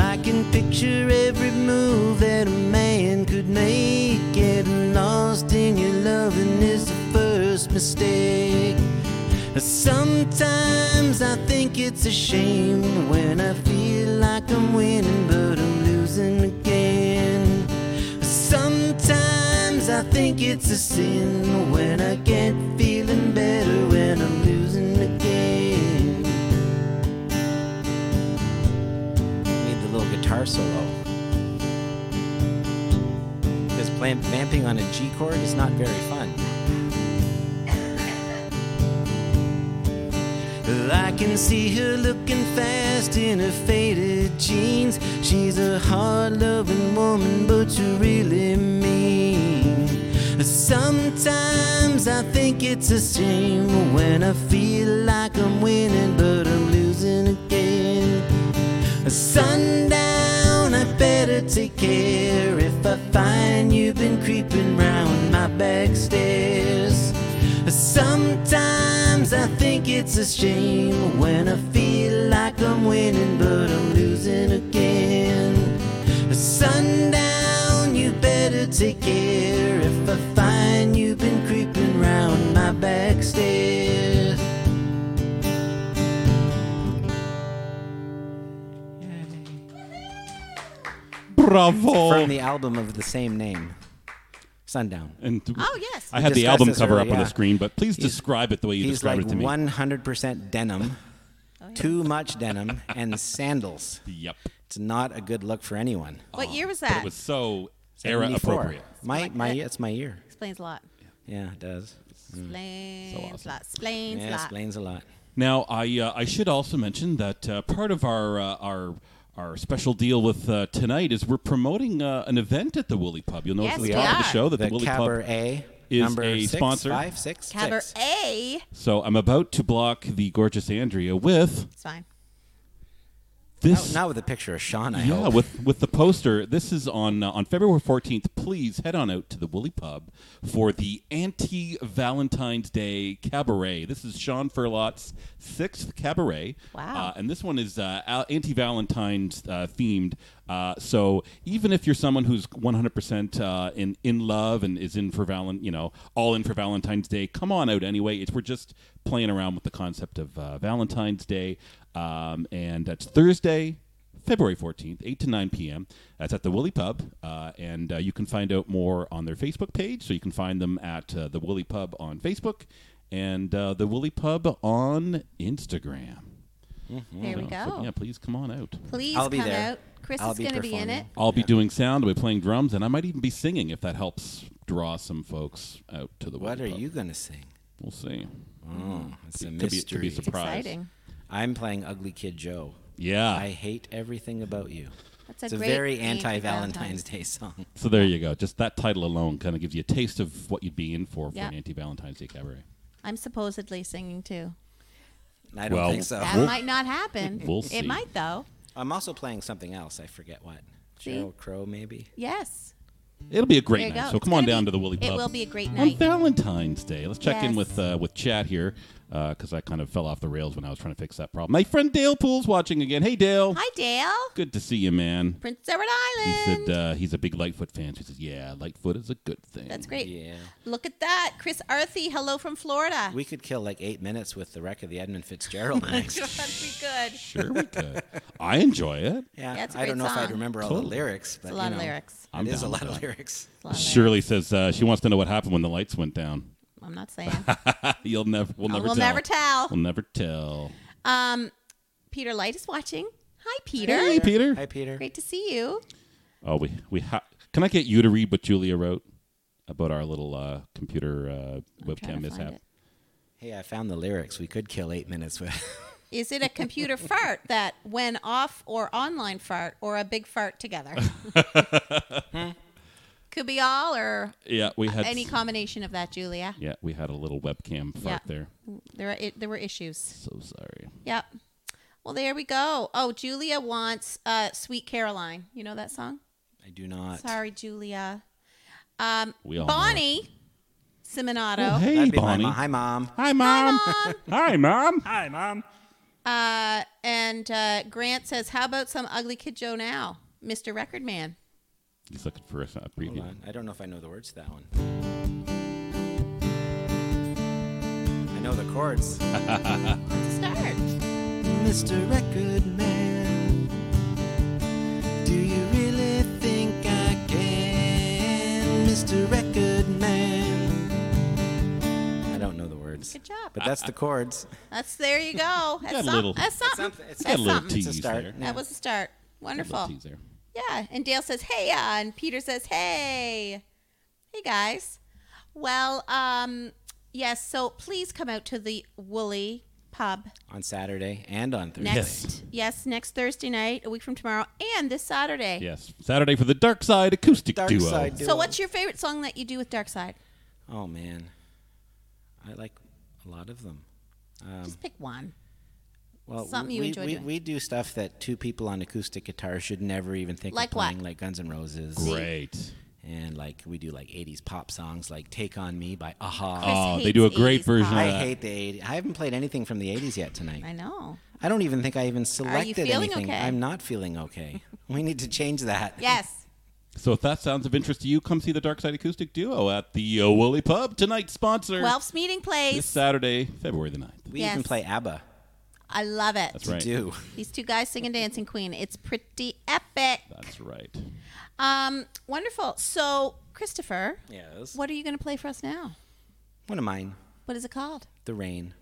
D: I can picture every move that a man could make. Getting lost in your loving is the first mistake. Sometimes I think it's a shame when I feel like I'm winning, but I'm losing again. Sometimes I think it's a sin when I get feeling better when I'm losing again. Need the little guitar solo. Because plan- vamping on a G chord is not very fun. I can see her looking fast in her faded jeans. She's a hard loving woman, but you really mean. Sometimes I think it's a shame when I feel like I'm winning, but I'm losing again. Sundown, I better take care if I find you've been creeping round my back stairs. Sometimes I think it's a shame when I feel like I'm winning, but I'm losing again. Sundown, you better take care if I find you've been creeping round my back stairs.
B: Bravo.
D: From the album of the same name, Sundown.
B: And
C: Oh, yes.
B: I had the
D: discussed
B: album
D: this
B: cover
D: earlier,
B: up on the
D: yeah.
B: screen, but please
D: He's-
B: describe it the way you
D: He's
B: described
D: like
B: it to me.
D: 100% denim, too much denim, and sandals.
B: Yep.
D: It's not a good look for anyone.
C: What year was
B: But
C: that?
B: it was so era
D: 74.
B: appropriate.
D: My, my, it's my year.
C: Explains a lot.
D: Yeah, it does.
C: Explains
B: So awesome.
C: a lot. Explains
D: Mm. Yeah,
C: a
D: it
C: lot.
D: explains a lot.
B: Now, I uh, I should also mention that uh, part of our uh, our our special deal with uh, tonight is we're promoting uh, an event at the Woolly Pub. You'll notice
C: Yes,
B: at the
C: we
B: top of the
C: are.
B: show that the,
D: The
B: Woolly Pub.
D: Cabaret
B: is
D: number
B: a
D: six,
B: sponsor.
D: five, six,
C: Cabaret.
D: six.
B: So I'm about to block the gorgeous Andrea with
C: It's fine.
B: this.
D: Oh, Not, not with a picture of Sean, I
B: Yeah,
D: hope.
B: with with the poster. This is on uh, on February 14th. Please head on out to the Woolly Pub for the anti Valentine's Day cabaret. This is Sean Furlot's sixth cabaret.
C: Wow.
B: Uh, and this one is uh, anti Valentine's uh, themed. Uh, so even if you're someone who's 100% uh, in in love and is in for Valen, you know, all in for Valentine's Day, come on out anyway. It's we're just playing around with the concept of uh, Valentine's Day. Um, and that's Thursday, February 14th, 8 to 9 p.m. That's at the Woolly Pub. Uh, and uh, you can find out more on their Facebook page. So you can find them at uh, the Woolly Pub on Facebook and uh, the Woolly Pub on Instagram.
C: There we
B: So,
C: go.
B: so, yeah, please come on out.
C: Please
D: I'll be
C: come
D: there.
C: out. Chris
D: I'll
C: is
D: be
C: going to be in it.
D: performing.
B: I'll be doing sound, I'll be playing drums, and I might even be singing if that helps draw some folks out to the
D: What
B: Woolly
D: are
B: Pub.
D: you going to sing?
B: We'll see.
D: Oh,
A: Mm,
D: it's a
B: Could Mm. be- could be
D: mystery.
B: surprised.
C: Exciting.
D: I'm playing Ugly Kid Joe.
B: Yeah.
D: I hate everything about you.
C: That's
A: It's a
C: great
A: very
C: anti-Valentine's.
A: anti-Valentine's Day song. [laughs]
B: So there you go. Just that title alone kind of gives you a taste of what you'd be in for for
C: Yeah.
B: an anti-Valentine's Day cabaret.
C: I'm supposedly singing too.
A: I don't
B: Well-
A: think so.
C: That
B: We'll-
C: might not happen.
B: [laughs] We'll
C: It
B: see.
C: might though.
A: I'm also playing something else. I forget what.
C: See?
A: Gerald Crow, maybe.
C: Yes.
B: It'll be a
C: There you
B: great
C: go.
B: night. So
C: It's
B: come on
C: gonna
B: down
C: be-
B: to the Woolly Pub.
C: It will be a great
B: on
C: night.
B: Valentine's Day. Let's check in with
C: Yes.
B: uh, with chat here because I kind of fell off the rails when I was trying to fix that problem. My friend Dale Poole's watching again. Hey Dale,
C: Hi, Dale.
B: good to see you, man.
C: Prince Edward
B: He
C: Island.
B: said uh, he's a big Lightfoot fan. So he says, "Yeah, Lightfoot is a good thing."
C: That's great. [laughs]
A: Yeah.
C: Look at that. Chris Arthey, hello from Florida. [laughs]
A: We could kill like eight minutes with the wreck of the Edmund Fitzgerald next.
C: That'd be good. It's
B: Sure, we could. I enjoy it.
A: Yeah,
C: Yeah, it's a
A: I don't
C: great
A: know if I'd
C: song.
A: remember all the
B: Totally.
A: lyrics, but
C: a lot
A: you
C: of
A: know,
C: lyrics.
B: I'm
A: it is a
B: down
A: lot
B: with
A: of
B: that.
C: [laughs]
A: lyrics.
C: It's a lot of lyrics.
B: Shirley says uh, she wants to know what happened when the lights went down. [laughs]
C: I'm not saying.
B: You'll never. We'll never.
C: Oh, we'll
B: tell.
C: never tell. Um,
B: We'll never tell.
C: Peter Light is watching. Hi, Peter.
B: Hey, Peter.
A: Hi, Peter.
C: Great to see you.
B: Oh, we we ha- can I get you to read what Julia wrote about our little uh, computer uh,
C: trying
B: webcam
C: to find
B: mishap?
C: it.
A: Hey, I found the lyrics. We could kill eight minutes with. [laughs]
C: Is it
B: [laughs]
C: a computer fart that when off or online fart or a big fart together?
B: [laughs]
C: Could be all or
B: Yeah, we had
C: Uh, any combination of that, Julia.
B: yeah we had a little webcam fart
C: Yeah.
B: there.
C: There, are, it, there were issues.
B: So sorry.
C: Yep. Well, there we go. Oh, Julia wants uh, "Sweet Caroline." You know that song?
A: I do not.
C: Sorry, Julia. Um,
B: We all know it.
C: Bonnie Simonato.
B: Oh, hey,
A: That'd be my
B: Bonnie.
A: mom. Hi, mom.
B: Hi, mom.
C: Mom.
B: Hi, mom.
E: Hi, Mom.
C: Uh, and uh, Grant says, "How about some ugly kid Joe now, Mister Record Man?"
B: He's looking for us a
A: Hold
B: preview.
A: on. I don't know if I know the words to that one. I know the chords.
C: Let's start.
A: Mr. Record Man, do you really think I can? Mr. Record Man. I don't know the words.
C: Good job.
A: But that's the chords.
C: [laughs] That's there
B: [laughs]
C: you go. That's,
B: got a
C: some-
B: little-
C: that's something.
A: It's
B: Got a little
C: something.
B: tease
A: It's a start.
B: there.
C: That was a start.
B: Little
C: Wonderful.
B: tease there.
C: Yeah. And Dale says, "Hey," uh, and Peter says, "Hey." Hey guys. Well, um, yes. So please come out to the Woolly Pub
A: on Saturday and on Thursday.
C: next. Yes. next Thursday night, a week from tomorrow, and this Saturday.
B: Yes, Saturday for the Dark Side acoustic
A: Dark
B: duo.
A: Side
C: So, what's your favorite song that you do with Dark Side?
A: Oh man, I like a lot of them.
C: Just pick one.
A: Well,
C: Something
A: we,
C: you
A: we-
C: enjoy
A: we,
C: doing.
A: we do stuff that two people on acoustic guitar should never even think
C: Like
A: of
C: what?
A: playing, like Guns N' Roses.
B: Great.
A: And like we do like 80s pop songs like Take On Me by Aha.
C: Chris
B: Oh, they
C: hates
B: do a great
C: 80s
B: version.
C: pop.
A: I
B: Of that.
A: hate the 80s. I haven't played anything from the 80s yet tonight.
C: I know.
A: I don't even think I even selected
C: feeling
A: anything.
C: okay?
A: I'm not feeling
C: [laughs]
A: okay. we need to change that.
C: Yes.
B: So if that sounds of interest to you, come see the Dark Side acoustic duo at the uh, Woolly Pub tonight. Sponsor
C: Guelph's meeting
B: this
C: place.
B: Saturday, February the 9th.
A: We even
C: Yes.
A: play ABBA.
C: I love it.
B: That's right.
A: Do.
C: These two guys singing Dancing Queen. It's pretty epic.
B: That's right.
C: Um, wonderful. So, Christopher,
A: Yes.
C: what are you going to play for us now?
A: One of mine,
C: What is it called?
A: The Rain.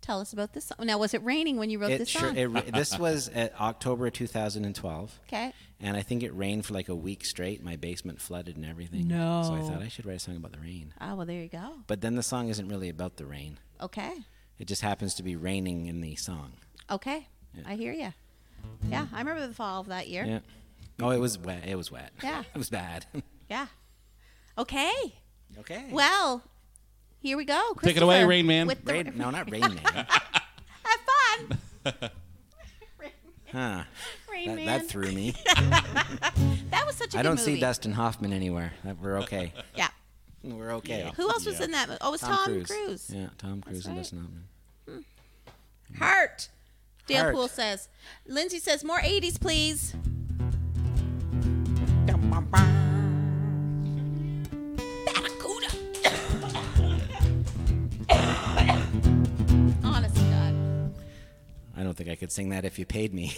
C: Tell us about this song. Now, was it raining when you wrote
A: It
C: this
A: sure,
C: song?
A: it ra- this was at October 2012.
C: okay.
A: And I think it rained for like a week straight. My basement flooded and everything. No. So I thought I should write a song about the rain.
C: Oh, well, there you go.
A: But then the song isn't really about the rain.
C: Okay.
A: It just happens to be raining in the song.
C: Okay. I hear you. Yeah, I remember the fall of that year.
A: Yeah. Oh, it was wet. It was wet.
C: Yeah.
A: [laughs] it was bad.
C: Yeah. Okay.
A: okay.
C: Well, here we go.
B: Take it away,
C: Christopher,
B: Rain Man.
C: with the-
A: Rain, no, not rain man.
C: [laughs] Have
A: [laughs]
C: fun.
A: Huh.
C: Rain
A: That,
C: Man.
A: that threw
C: [laughs]
A: me.
C: That was such a
A: I
C: good
A: don't
C: movie.
A: see Dustin Hoffman anywhere. Uh, We're
C: [laughs]
A: okay.
C: Yeah.
A: We're okay.
C: Who else was in that movie? Oh, it was Tom, Cruise.
A: Yeah, Tom Cruise and
C: right.
A: Dustin Hoffman.
C: Heart. Dale
A: Heart.
C: Poole says. Lindsay says, more 80s, please. Barracuda. Honest to God.
A: I don't think I could sing that if you paid me.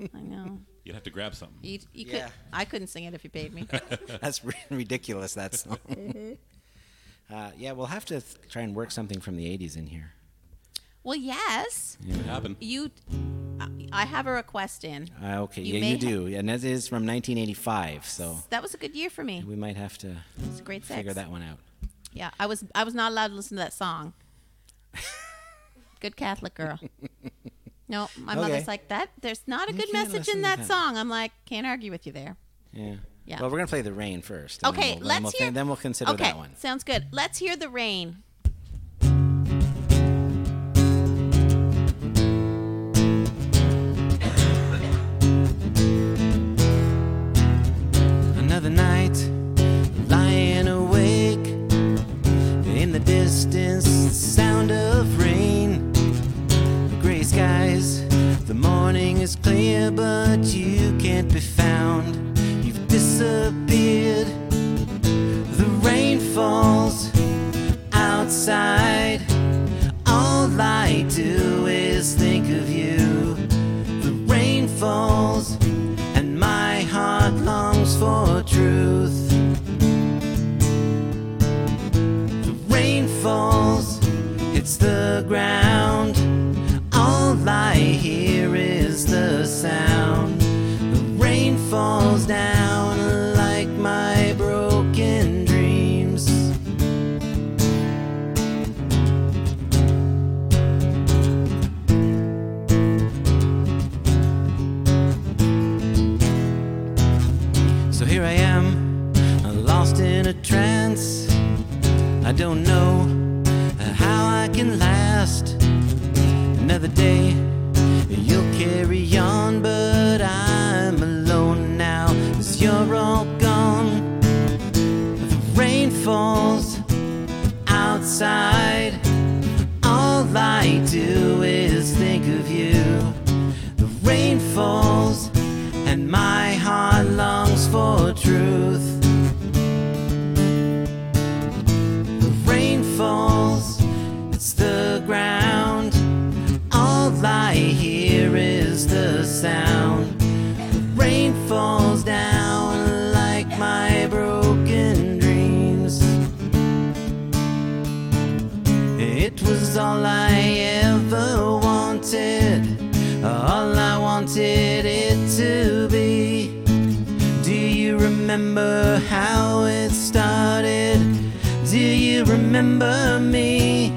A: [laughs]
C: I know.
B: You'd have to grab something.
C: You, you
A: Yeah.
C: could, I couldn't sing it if you paid me.
A: That's [laughs] ri- ridiculous. That
C: [laughs]
A: song.
C: Mm-hmm.
A: uh, yeah, we'll have to th- try and work something from the '80s in here.
C: well, yes.
B: It would happen.
C: You. I- I have a request in.
A: Uh, okay, yeah,
C: You
A: you
C: may ha-
A: do, and that is from 1985. So
C: That was a good year for me.
A: we might have to
C: It's a great six.
A: figure that one out.
C: Yeah, I was I was not allowed to listen to that song. Good Catholic girl. No, my
D: Okay.
C: mother's like that. There's not a
D: You
C: good
D: can't
C: message
D: listen
C: in
D: to
C: that,
D: that.
C: song. I'm like, can't argue with you there.
D: Yeah.
C: Yeah.
D: Well, we're gonna play the rain first. and then
C: Okay,
D: we'll- then
C: let's
D: we'll, thi-
C: hear.
D: Then we'll consider
C: okay,
D: that one.
C: Sounds good. Let's hear the rain.
D: Another night, lying awake. In the distance, the sound of rain. Gray skies, the morning is clear, but you can't be found. You've disappeared. The rain falls outside. All I do is think of you. The rain falls, and my heart longs for truth. The rain falls, hits the ground. All I hear is the sound. The rain falls down like my broken dreams. So here I am, I'm lost in a trance. I don't know uh, how I can last. Another day, you'll carry on, but I'm alone now, cause you're all gone. The rain falls outside. All I do is think of you. The rain falls, and my heart longs for truth. The rain falls, it's the ground. All I hear is the sound. The rain falls down like my broken dreams. It was all I ever wanted, all I wanted it to be. Do you remember how it started? Do you remember me?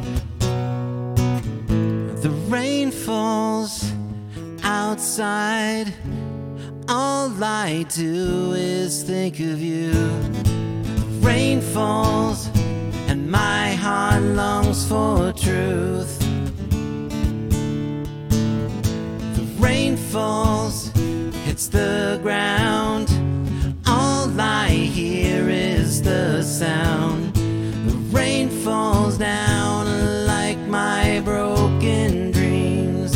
D: The rain falls outside. All I do is think of you rain falls and my heart longs for truth. The rain falls, hits the ground. All I hear is the sound. The rain falls down like my broken dreams.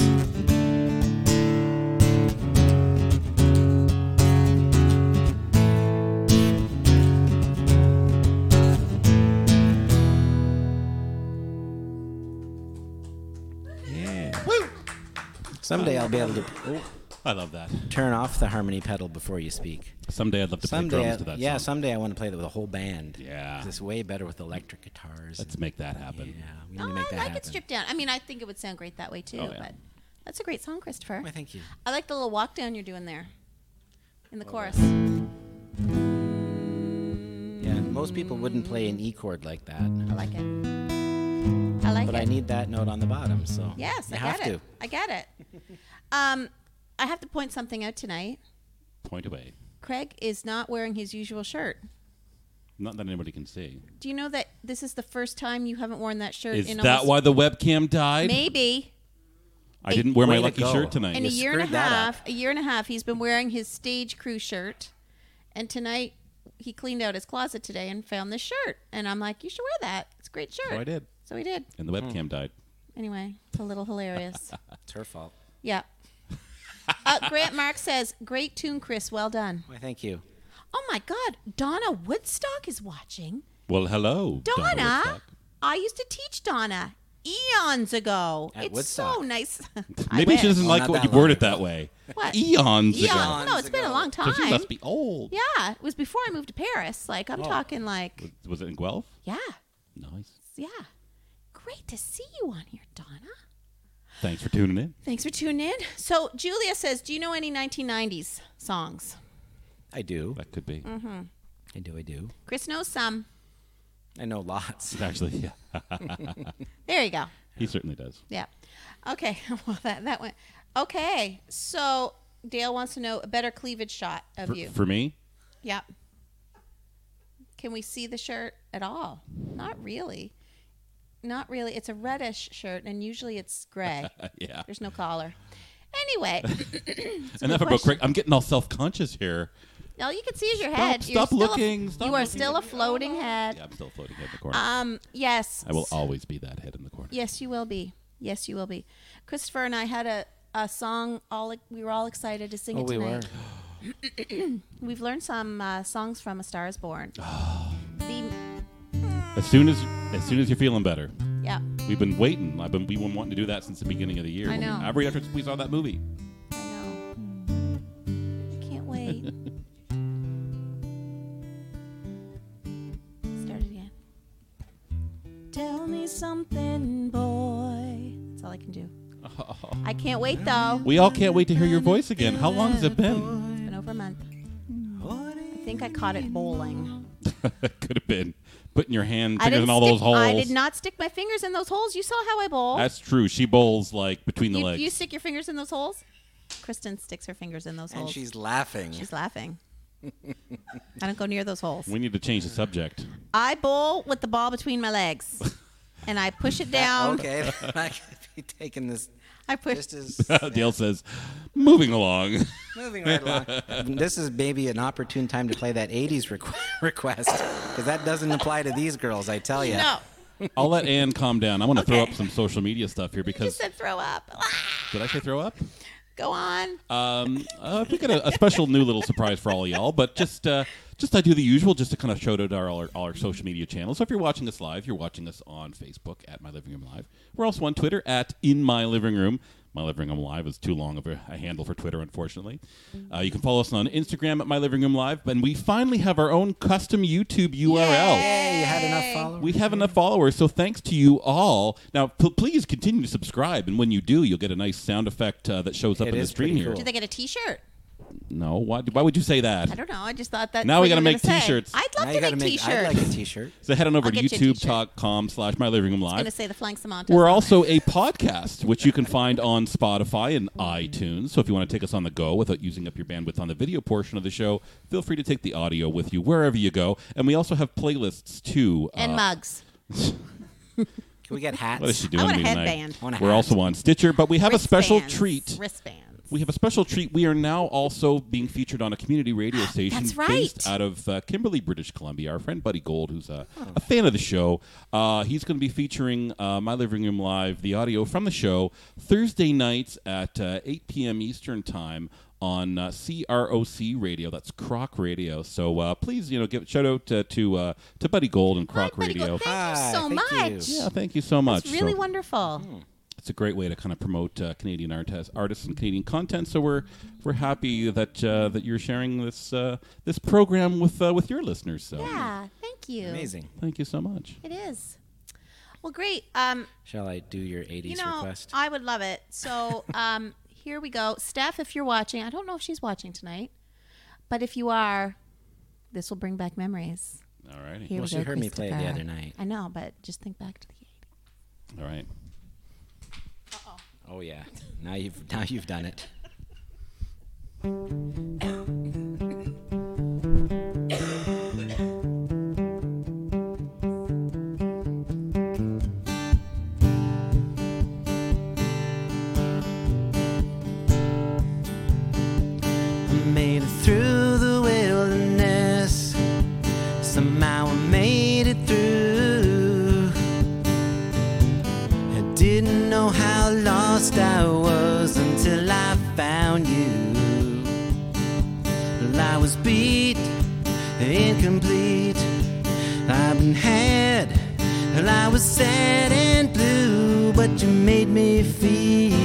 D: Someday I'll be able to
B: I love that.
D: turn off the harmony pedal before you speak.
B: Someday I'd love to play
D: Someday,
B: drums to that
D: yeah,
B: song.
D: someday I want to play that with a whole band.
B: Yeah.
D: 'Cause it's way better with electric guitars.
B: Let's
D: and-
B: make that happen.
D: yeah, we need
C: Oh,
D: to make
C: I
D: that
C: like
D: happen.
C: it stripped down. I mean, I think it would sound great that way too.
B: Oh, yeah.
C: But that's a great song, Christopher.
D: Why, thank you.
C: I like the little walk down you're doing there in the
D: Oh,
C: chorus.
D: Yeah, most people wouldn't play an E chord like that,
C: I like it. I like
D: but
C: it.
D: I need that note on the bottom. So
C: yes,
D: you
C: I
D: have
C: get it.
D: to.
C: I get it. Um, I have to point something out tonight.
B: Point away.
C: Craig is not wearing his usual shirt.
B: Not that anybody can see.
C: Do you know that this is the first time you haven't worn that shirt
B: Is
C: in
B: that
C: almost
B: why the webcam died?
C: maybe
B: I didn't wear my
D: Way to
B: lucky
D: go.
B: shirt tonight.
C: in a
D: you
C: year and a
D: screwed that
C: half? A year and a half he's been wearing his stage crew shirt, and tonight he cleaned out his closet today and found this shirt. And I'm like, you should wear that. It's a great shirt.
B: So I did.
C: So he did.
B: And the
D: Hmm.
B: webcam died.
C: Anyway, it's a little
B: [laughs]
C: hilarious.
D: It's her fault.
C: yeah. Uh, Grant Mark says, "Great tune, Chris. Well done."
D: Why, thank you.
C: Oh my God, Donna Woodstock is watching.
B: Well, hello.
C: Donna,
B: Woodstock.
C: I used to teach Donna eons ago.
D: At
C: it's so
D: Woodstock.
C: nice. [laughs] I
B: Maybe
C: wish.
B: she doesn't
D: Well,
B: like
D: Oh, not
B: what
D: that
B: you worded
D: long
B: that way.
C: What?
B: Eons
C: Eons.
B: ago.
C: No, it's been a
D: ago.
C: long time.
B: So she must be old.
C: yeah, it was before I moved to Paris. Like I'm talking like
B: Was it in Guelph?
C: yeah,
B: Nice.
C: yeah. Great to see you on here, Donna.
B: Thanks for tuning in.
C: Thanks for tuning in. So Julia says, "Do you know any 1990s songs?"
D: I do.
B: That could be.
C: Mm-hmm.
D: I do. I do.
C: Chris knows some.
D: I know lots.
B: Actually, yeah.
C: There you go.
B: He certainly does.
C: Yeah. Okay. [laughs] Well, that that went. Okay, so Dale wants to know a better cleavage shot of
B: For,
C: you.
B: for me,
C: Yep. Can we see the shirt at all? Not really. Not really. It's a reddish shirt, and usually it's gray.
B: [laughs] yeah.
C: There's no collar.
B: [laughs]
C: Anyway,
B: Enough about Craig. I'm getting all self conscious here.
C: all you can see is your
B: Stop-
C: head.
B: stop
C: still a-
B: looking, stop
C: you are
B: looking.
C: still a floating head.
B: Yeah, I'm still floating head in the corner.
C: Um. Yes.
B: I will always be that head in the corner.
C: Yes, you will be. Yes, you will be. Christopher and I had a, a song. All we were all excited to sing
D: Oh,
C: it
D: we were.
C: tonight. [clears throat] We've learned some uh, songs from A Star
B: [gasps]
C: Is Born. the
B: As soon as as soon as you're feeling better,
C: yeah,
B: we've been waiting. I've been we've been wanting to do that since the beginning of the year.
C: I
B: When we-
C: know.
B: Every after we saw that movie.
C: I know.
B: Hmm.
C: I
B: [laughs]
C: can't wait. Start it again. Tell me something, boy. That's all I
B: [laughs]
C: can do. I can't wait though.
B: We all can't wait to hear your voice again. How long has it been? [laughs]
C: It's been over a month. I think I caught it bowling.
B: Could have been putting your hand
C: I
B: fingers in all
C: stick,
B: those holes.
C: I did not stick my fingers in those holes. You saw how I bowl.
B: That's true. She bowls like between the
C: Oh. you,
B: legs.
C: you stick your fingers in those holes. Kristen sticks her fingers in those
D: [laughs] And
C: holes.
D: she's laughing. [laughs]
C: She's laughing. I don't go near those holes.
B: we need to
C: Mm.
B: change the subject. [laughs]
C: I bowl with the ball between my
D: [laughs]
C: legs, and I push it down.
D: okay, I could be taking this
C: I push. [laughs]
D: just as
B: Dale says, moving along.
D: moving right along. This is maybe an opportune time to play that '80s requ- [laughs] request because that doesn't apply to these girls, I tell you.
C: No,
B: I'll let Anne calm down. I want to throw up some social media stuff here
C: she
B: because
C: said throw up. Ah,
B: did I say throw up?
C: go on.
B: Um, uh, we got a, a special new little surprise for all of y'all, but just uh, just I do the usual, just to kind of shout out our, all our all our social media channels. So if you're watching us live, you're watching us on Facebook at My Living Room Live. We're also on Twitter at In My Living Room. My Living Room Live is too long of a, a handle for Twitter, unfortunately. Uh, you can follow us on Instagram at My Living Room Live, and we finally have our own custom YouTube URL.
D: Hey, you had enough followers.
B: We have enough followers, so thanks to you all. Now, p- please continue to subscribe, and when you do, you'll get a nice sound effect uh, that shows up
D: It
B: in the
D: is
B: stream
D: pretty
B: here.
D: cool.
C: Did they get a T-shirt?
B: No, why, why would you say
C: I
B: that?
C: don't know. I just thought that.
B: Now we
C: got to
B: gotta make t-shirts.
C: I'd love
D: now you
C: to
D: gotta
C: make,
D: make.
C: T-shirts.
D: I'd like a T-shirt.
B: So head on over
C: I'll
B: to
C: get you a t-shirt.
B: youtube.com slash my living room
C: I'm gonna
B: live.
C: say the flying Samantha.
B: We're also a podcast, which you can find on Spotify and iTunes. So if you want to take us on the go without using up your bandwidth on the video portion of the show, feel free to take the audio with you wherever you go. And we also have playlists too.
C: and
B: uh,
C: mugs.
D: Can
C: [laughs]
D: we
B: what
D: get
B: is
D: hats?
B: she doing
C: want a
B: to me tonight?
C: headband. I
D: want a
B: We're
D: hat.
B: also on Stitcher, but we have a special
C: Wristbands.
B: treat.
C: Wristbands.
B: We have a special treat. We are now also being featured on a community radio station
C: [gasps] That's right.
B: based out of uh, Kimberly, British Columbia. Our friend Buddy Gold, who's a, a fan of the show, uh, he's going to be featuring uh, My Living Room Live, the audio from the show, Thursday nights at uh, 8 p.m. Eastern Time on uh, CROC Radio. That's Croc Radio. So uh, please, you know, give shout out uh, to uh, to Buddy Gold and Croc
C: Hi, Buddy
B: Radio.
C: Gold. Thank
D: Hi,
C: you so
D: thank you. Hmm.
C: much.
B: yeah, thank you so much.
C: It's really
B: So-
C: wonderful.
B: it's a great way to kind of promote uh, Canadian artists, artists and Canadian content. So we're we're happy that uh, that you're sharing this uh, this program with uh, with your listeners. So
C: Yeah, thank you.
D: Amazing.
B: thank you so much.
C: It is. Well, great. Um,
D: Shall I do your '80s
C: you know,
D: request?
C: I would love it. So, um, here we go. Steph, if you're watching, I don't know if she's watching tonight, but if you are, this will bring back memories.
B: All righty,
C: Here
D: Well,
C: we
D: she
C: go,
D: heard me play it the
C: Christopher.
D: other night.
C: I know, but just think back to the 80s.
B: all right.
D: Oh yeah. Now you've [laughs] now you've done it. Made it through the wilderness. Somehow I made it through. I didn't know how lost I was until I found you. Well, I was beat, incomplete. I've been had. Well, I was sad and blue, but you made me feel.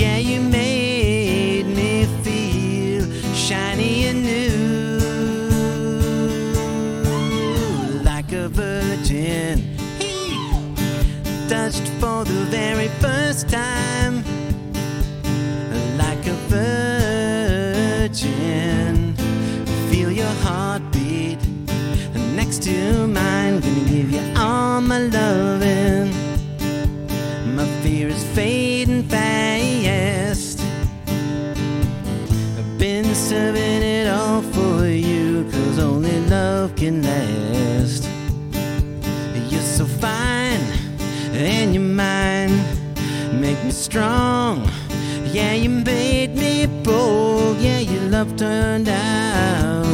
D: Yeah, you made me feel shiny and new. Like a virgin. Hey! touched for the very first time like a virgin feel your heartbeat next to mine gonna give you all my loving my fear is fading fast can last. You're so fine, and you're mine. Make me strong, yeah, you made me bold. Yeah, your love turned out.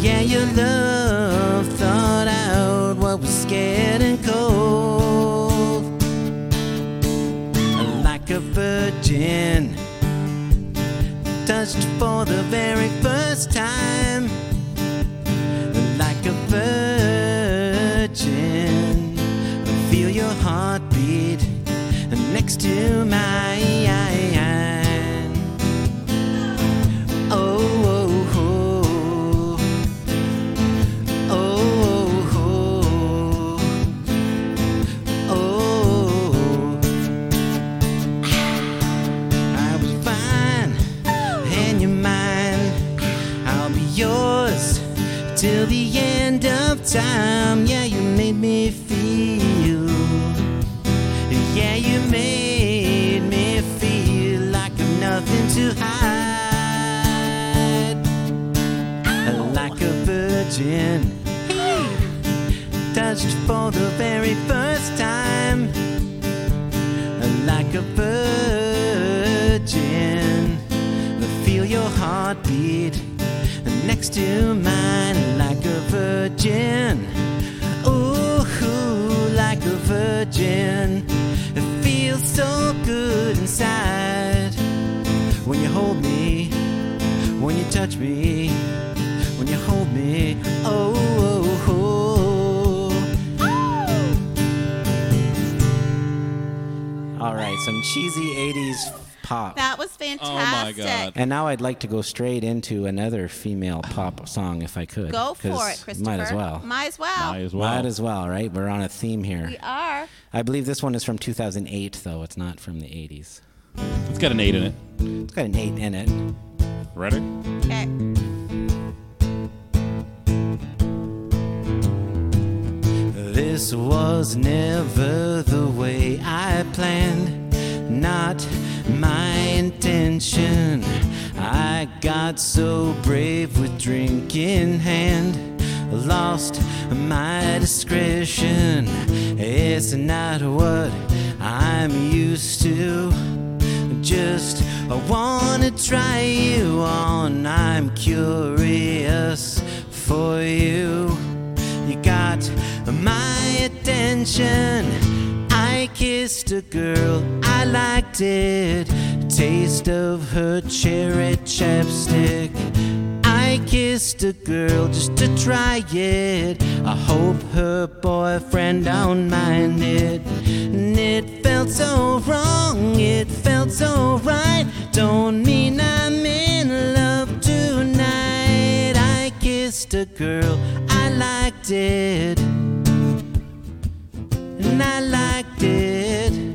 D: Yeah, your love thought out what was scared and cold. Like a virgin, touched for the very first time. Like a virgin, I feel your heartbeat next to mine. Oh, oh, oh. Oh, oh, oh. Oh. I was fine, and you're mine. I'll be yours till the end of time. Yeah, you made me feel. Yeah, you made me feel like I've nothing to hide like a virgin. Touched for the very first time, like a virgin. Feel your heartbeat next to mine, like a virgin. Ooh, like a virgin. It feels so good inside when you hold me, when you touch me when you hold me. Oh, oh, oh. All right, some cheesy 80s pop.
C: That was fantastic.
B: God.
D: and now I'd like to go straight into another female pop song if I could.
C: Go for
D: 'cause
C: it, Christopher.
D: Might as well.
C: Might as well.
B: Might as well.
D: Might as well, right? We're on a theme here.
C: we are.
D: I believe this one is from 2008, though. It's not from the 80s.
B: It's got an eight in it.
D: It's got an 8 in it.
B: Ready?
C: Okay.
D: This was never the way I planned, not my intention. I got so brave with drink in hand, lost my discretion. It's not what I'm used to. Just I wanna try you on. I'm curious for you. You got my attention. I kissed a girl, I liked it. Taste of her cherry chapstick. I kissed a girl just to try it. I hope her boyfriend don't mind it. And it felt so wrong, it felt so right. Don't mean I'm in love tonight. I kissed a girl, I liked it. And I liked it.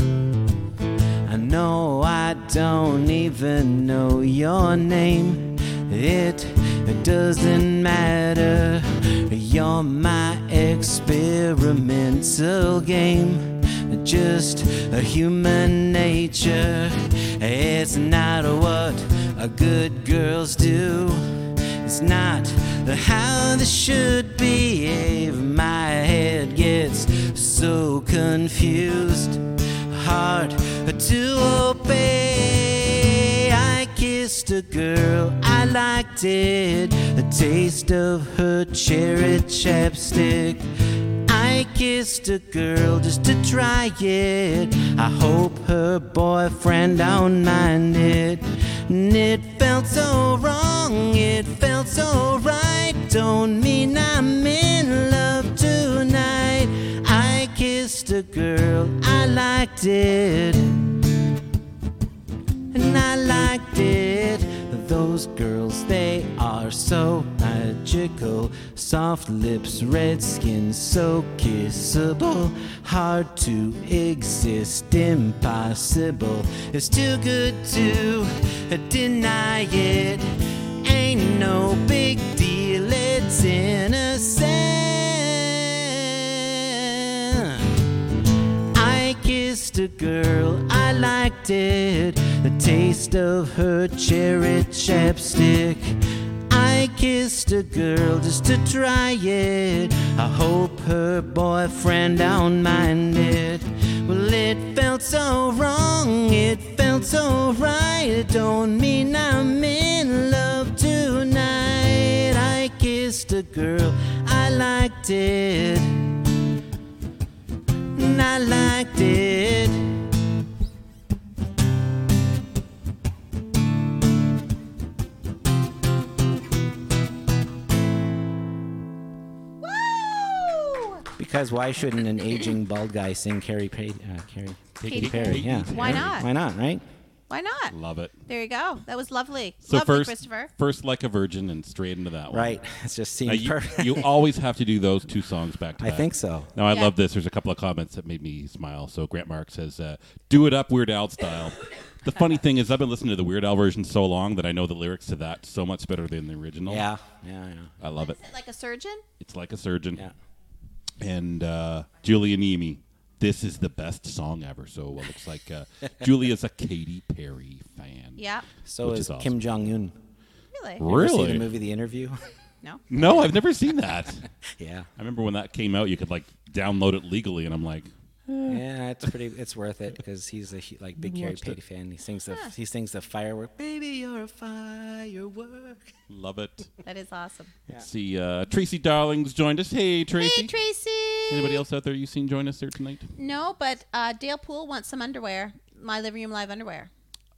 D: I know I don't even know your name. It doesn't matter. You're my experimental game. Just a human nature. It's not what a good girls do. It's not how they should behave. My head gets so confused hard to obey. I kissed a girl, I liked it. The taste of her cherry chapstick. I kissed a girl just to try it. I hope her boyfriend don't mind it. And it felt so wrong, it felt so right. Don't mean I'm in love tonight. I kissed a girl, I liked it. And I liked it. Those girls, they are so magical. Soft lips, red skin, so kissable. Hard to exist, impossible. It's too good to deny it. Ain't no big deal, it's innocent. I kissed kissed a girl, I liked it. The taste of her cherry chapstick. I kissed a girl just to try it. I hope her boyfriend don't mind it. Well, it felt so wrong, it felt so right. It don't mean I'm in love tonight. I kissed a girl, I liked it. And I liked it.
C: Woo!
A: Because why shouldn't an aging bald guy sing Carrie, pa- uh, Carrie Katy,
C: Katy
A: Perry?
C: Perry.
A: Yeah.
C: Why not?
A: Why not? Right?
C: Why not?
B: Love it.
C: There you go. That was lovely.
B: So
C: lovely,
B: first,
C: Christopher.
B: first like a virgin, and straight into that one.
A: Right. It just seemed
B: Now,
A: [laughs]
B: you, [laughs]
A: perfect.
B: you always have to do those two songs back to
A: I
B: back.
A: think so.
B: Now I
C: Yeah.
B: love this. There's a couple of comments that made me smile. So Grant Mark says, uh, "Do it up, Weird Al
A: [laughs]
B: style." the funny thing is, I've been listening to the Weird Al version so long that I know the lyrics to that so much better than the original.
A: Yeah. Yeah. Yeah.
B: I love it.
C: Like a surgeon?
B: It's like a surgeon.
A: yeah.
B: And uh, Julia Nemi, this is the best song ever. So it looks like uh, Julia's a Katy Perry fan.
C: Yeah.
A: So
B: Which
A: is,
B: is awesome.
A: Kim Jong Un.
C: Really?
A: See the
B: Really?
A: movie The Interview? [laughs]
C: No.
B: No, I've never seen that.
A: yeah.
B: I remember when that came out, you could like download it legally, and I'm like,
A: Yeah, it's pretty. It's worth it because he's a hu- like big Carrie
B: watched it.
A: Patey fan. He sings the he sings the firework. Baby, you're a firework.
B: love it.
C: That is awesome.
A: Yeah.
B: Let's see, uh, Tracy Darlings joined us. Hey, Tracy.
C: Hey, Tracy.
B: Anybody else out there you seen join us there tonight?
C: No, but uh, Dale Poole wants some underwear. My living room live underwear.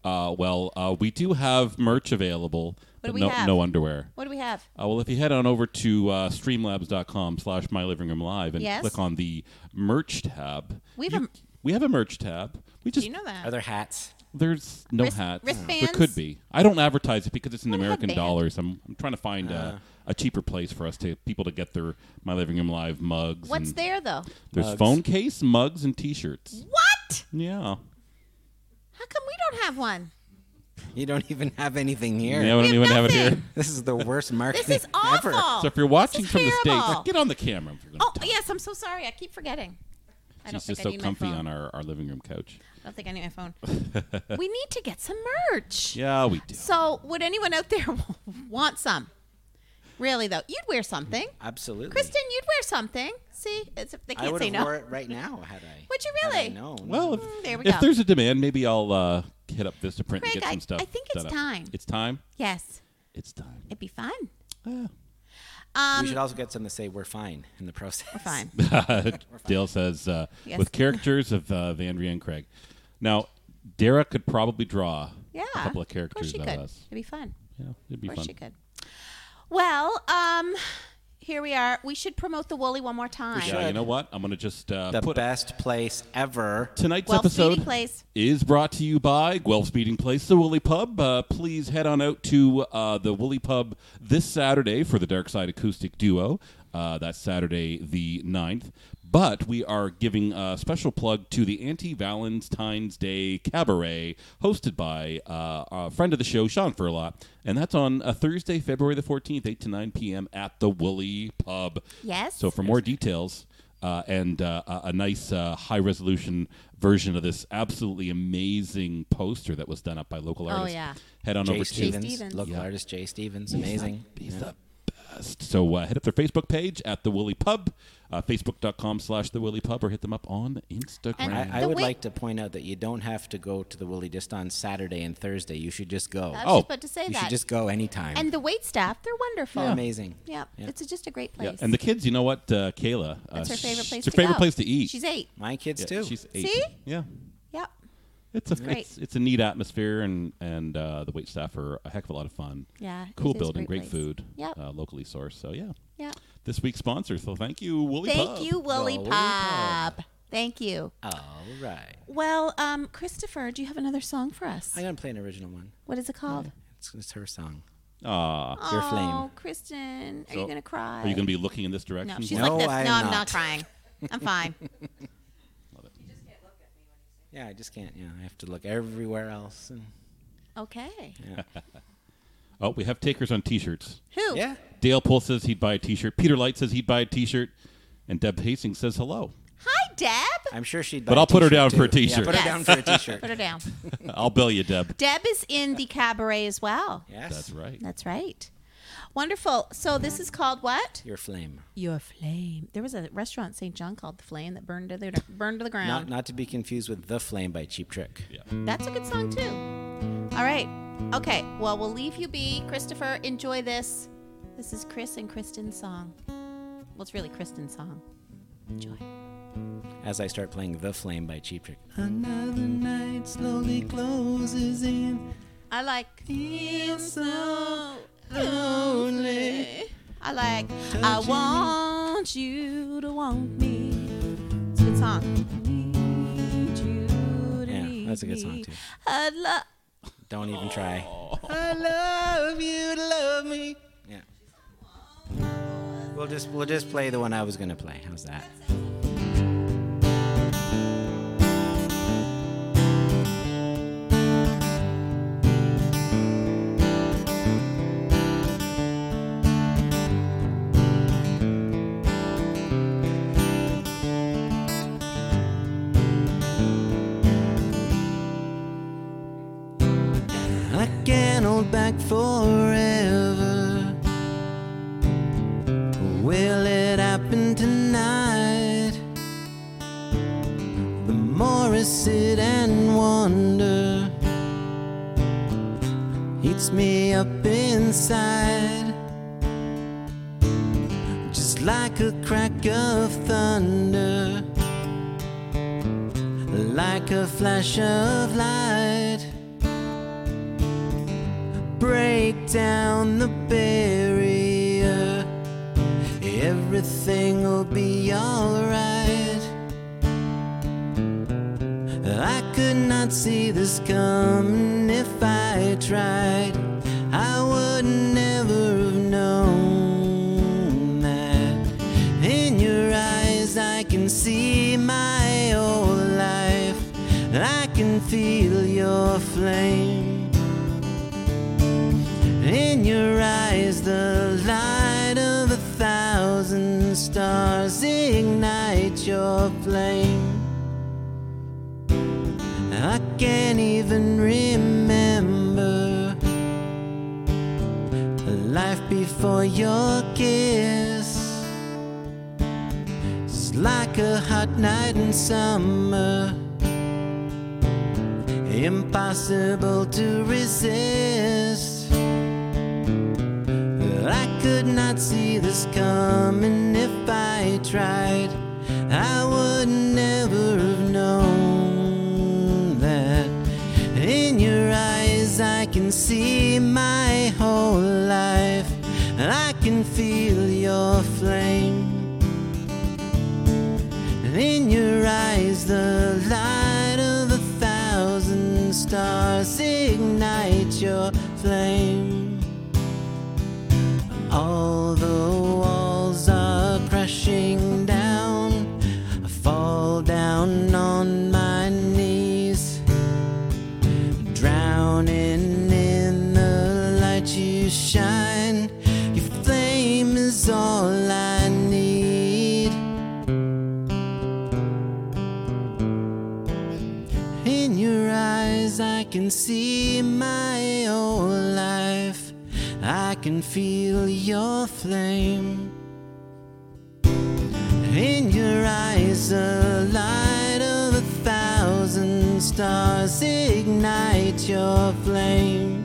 B: Uh, well, uh, we do have merch available,
C: do
B: but
C: we
B: no,
C: have?
B: no underwear.
C: What do we have?
B: Uh, well, if you head on over to uh, streamlabs.com slash my living room live and
C: Yes.
B: click on the merch tab,
C: We have
B: you-
C: a-
B: we have a merch tab. We
C: Do
B: just
C: you know that?
A: Are there hats?
B: there's no
C: Wrist-
B: hats.
C: wristbands?
B: There could be. I don't advertise it because it's in
C: What a
B: American
C: headband.
B: dollars. I'm, I'm trying to find uh, a cheaper place for us to people to get their my living room live mugs.
C: What's
B: and
C: there though?
B: There's
A: Mugs.
B: phone case, mugs, and T-shirts.
C: What?
B: Yeah.
C: How come we don't have
B: [laughs]
C: one?
A: You don't even have anything here.
B: Yeah, we don't
C: have
B: even have it here.
C: nothing.
A: This is the worst marketing
C: This is
A: [laughs] ever.
C: awful.
B: So if you're watching
C: is
B: from the
C: Oh, terrible.
B: states, get on the camera. If you're gonna
C: Oh
B: talk.
C: yes, I'm so sorry. I keep forgetting. I don't
B: She's
C: think
B: just
C: I
B: so
C: need
B: comfy
C: my
B: on
C: phone.
B: our, our living room couch.
C: I don't think I need
B: [laughs]
C: my phone. we need to get some merch.
B: Yeah, we do.
C: So would anyone out there [laughs] want some? Really though, you'd wear something.
A: Absolutely.
C: Kristen, you'd wear something. See, it's, they
A: I
C: can't
A: would
C: say
A: have
C: no.
A: wore it right now had I.
C: Would you
A: had I
C: really?
A: known.
B: Well, if,
C: Mm, there we
B: if
C: go.
B: there's a demand, maybe I'll uh, hit up Vista Print
C: Craig,
B: and get
C: I-
B: some stuff.
C: I think it's
B: set up.
C: time.
B: It's time.
C: Yes,
B: It's time.
C: it'd be fun. Um,
B: Ah.
C: [laughs]
A: we should also get some to say we're fine in the process. We're
C: Fine.
B: [laughs] Dale says uh,
C: Yes.
B: with characters of uh, Vandria and Craig. Now, Dara could probably draw
C: Yeah.
B: a couple of
C: Of course
B: characters
C: she
B: of
C: could.
B: us.
C: It'd be fun.
B: Yeah, it'd be fun.
C: Of course she could. Well, um, here we are. We should promote the Woolly one more time.
B: Yeah, you know what? I'm gonna just uh,
A: The
B: put
A: best place ever.
B: tonight's
C: Well,
B: episode.
C: Speedy Place.
B: is brought to you by Guelph's Meeting Place, the Woolly Pub. Uh, please head on out to uh, the Woolly Pub this Saturday for the Dark Side Acoustic Duo. Uh, that's Saturday the 9th. But we are giving a special plug to the Anti Valentine's Day Cabaret, hosted by uh, a friend of the show, Sean Furlot. And that's on uh, Thursday, February the 14th, 8 to 9 p.m. at the Woolly Pub.
C: Yes.
B: So for more details uh, and uh, a a nice uh, high resolution version of this absolutely amazing poster that was done up by local artists,
C: Oh, yeah.
B: head on
A: Jay
B: over to
A: Stevens,
C: Stevens.
A: local
B: Yeah.
A: artist Jay Stevens, amazing.
B: He's the best. So uh, head up their Facebook page at the Woolly Pub, uh, facebook.com slash the Woolly Pub, or hit them up on Instagram.
C: And
A: I, I
C: The
A: would
C: way-
A: like to point out that you don't have to go to the Willie Dist on Saturday and Thursday. You should just go.
C: I was
B: Oh.
C: just about to say
A: you
C: that.
A: should just go anytime.
C: and the wait staff, they're wonderful.
A: They're amazing.
C: Yeah,
A: Yeah.
C: it's just a great
B: yeah,
C: place.
B: and the kids, you know what, uh, Kayla? Uh,
C: That's her
B: sh-
C: favorite place.
B: It's her
C: to
B: favorite
C: go.
B: place to eat.
C: She's eight.
A: My kids
B: Yeah,
A: too.
B: She's eight.
C: See?
B: Yeah.
C: Yep.
B: It's a
C: great.
B: it's, it's a neat atmosphere and and uh, the wait staff are a heck of a lot of fun.
C: Yeah, it
B: cool
C: is a
B: building,
C: great
B: great,
C: place.
B: food.
C: Yep.
B: uh, locally sourced. So yeah,
C: Yep.
B: this week's sponsor. So thank you, Woolly Pub.
C: Thank you, Woolly
A: Woolly
C: Pop. Thank you.
A: All right.
C: Well, um, Christopher, do you have another song for us?
A: I'm gonna play an original one.
C: What is it called?
A: It's, it's her song.
B: Aw.
A: Your
C: Oh,
A: flame.
C: Kristen, are
B: So,
C: you gonna cry?
B: Ah, Are you going to be looking in this
C: no,
B: direction?
C: she's
A: No,
C: like this.
A: I'm
C: no, I'm
A: not.
C: not crying. I'm
D: [laughs]
C: fine.
A: Yeah, I just can't. Yeah, I have to look everywhere else. And,
C: Okay.
B: oh, we have takers on T-shirts.
C: Who?
A: yeah.
B: Dale Poole says he'd buy a T-shirt. Peter Light says he'd buy a T-shirt, and Deb Hastings says hello. [laughs]
C: Hi, Deb?
D: I'm sure she'd. Buy
B: But I'll put her
D: t-shirt,
B: down for a
D: too.
B: t-shirt.
D: Yeah, put
C: Yes.
D: her down for a t-shirt.
C: Put her down.
B: I'll bill you, Deb.
C: Deb is in the cabaret as well.
D: yes,
B: That's right.
C: That's right. Wonderful. So this is called what?
D: Your flame,
C: Your Flame. There was a restaurant in St. John called The Flame that burned to the burned to the
D: not
C: ground.
D: not to be confused with the flame by Cheap Trick.
C: That's a good song too. All right. Okay. Well, we'll leave you be, Christopher. Enjoy this. This is Chris and Kristen's song. Well, it's really Kristen's song. Enjoy.
D: As I start playing the flame by Cheap Trick.
A: Another night slowly closes in.
C: I like. Feel so
A: lonely.
C: I like. I want you to want me. It's a good song. Need you to
D: Yeah,
C: need
D: that's a good song,
C: me.
D: too.
C: I'd love.
D: Don't even try.
A: I love you to love me.
D: Yeah. We'll just we'll just play the one I was gonna play. How's that? I can't hold back forever. Will it happen tonight? The more I sit and wonder, eats me up inside. Just like a crack of thunder, like a flash of light break down the barrier. Everything will be alright. I could not see this coming if I tried. I would never have known that. In your eyes, I can see my whole life. I can feel your flame. In your eyes, the light of a thousand stars ignite your flame. I can't even remember a life before your kiss. It's like a hot night in summer, impossible to resist. I could not see this coming if I tried. I would never have known that. In your eyes, I can see my whole life. I can feel your flame. In your eyes, the light of a thousand stars ignite your flame. All the walls are crashing down. I fall down on my knees, drowning in the light you shine. Your flame is all I need. In your eyes, I can see my whole life. I can feel your flame. In your eyes, the light of a thousand stars ignite your flame.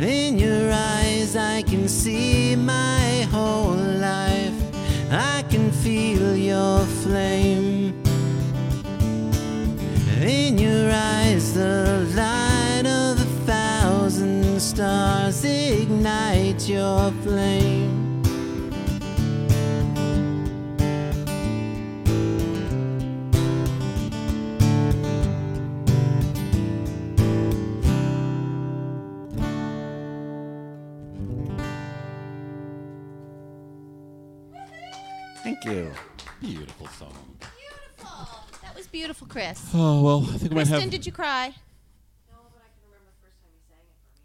D: In your eyes, I can see my whole life. I can feel your flame. In your eyes, the light of a thousand stars ignite your flame. Thank you.
B: Beautiful song.
C: Beautiful. That was beautiful, Chris.
B: [laughs] Oh well, I think we might
C: Kristen,
B: have.
C: did you cry?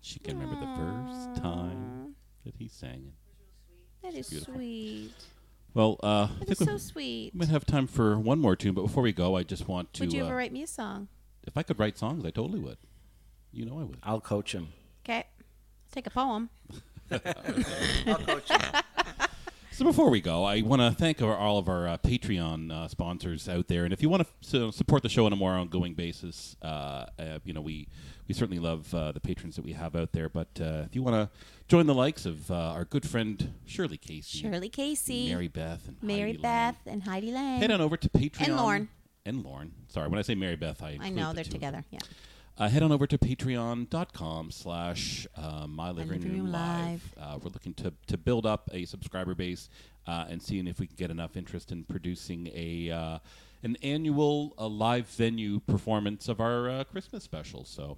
B: she can remember the first time that he sang it.
C: That is
B: Beautiful.
C: sweet.
B: Well, uh, I
C: It
B: think
C: was
B: we
C: so sweet.
B: might have time for one more tune, but before we go, I just want to.
C: Would you
B: uh,
C: ever write me a song?
B: if I could write songs, I totally would. You know I would.
A: I'll coach him.
C: Okay. Take a poem.
B: So before we go, I want to thank our, all of our uh, Patreon uh, sponsors out there, and if you want to support the show on a more ongoing basis, uh, uh, you know we we certainly love uh, the patrons that we have out there. But uh, if you want to join the likes of uh, our good friend Shirley Casey,
C: Shirley Casey,
B: Mary Beth, and
C: Mary
B: Heidi Lang,
C: Beth, and Heidi Lang.
B: head on over to Patreon
C: And Lauren.
B: and Lauren. Sorry, when I say Mary Beth, I
C: I
B: include
C: know
B: the
C: they're
B: two of them.
C: together. Yeah.
B: Uh, head on over to patreon.com slash uh, my living
C: Living
B: room
C: Room
B: live. Uh, we're looking to, to build up a subscriber base uh, and seeing if we can get enough interest in producing a uh, an annual uh, live venue performance of our uh, Christmas special. So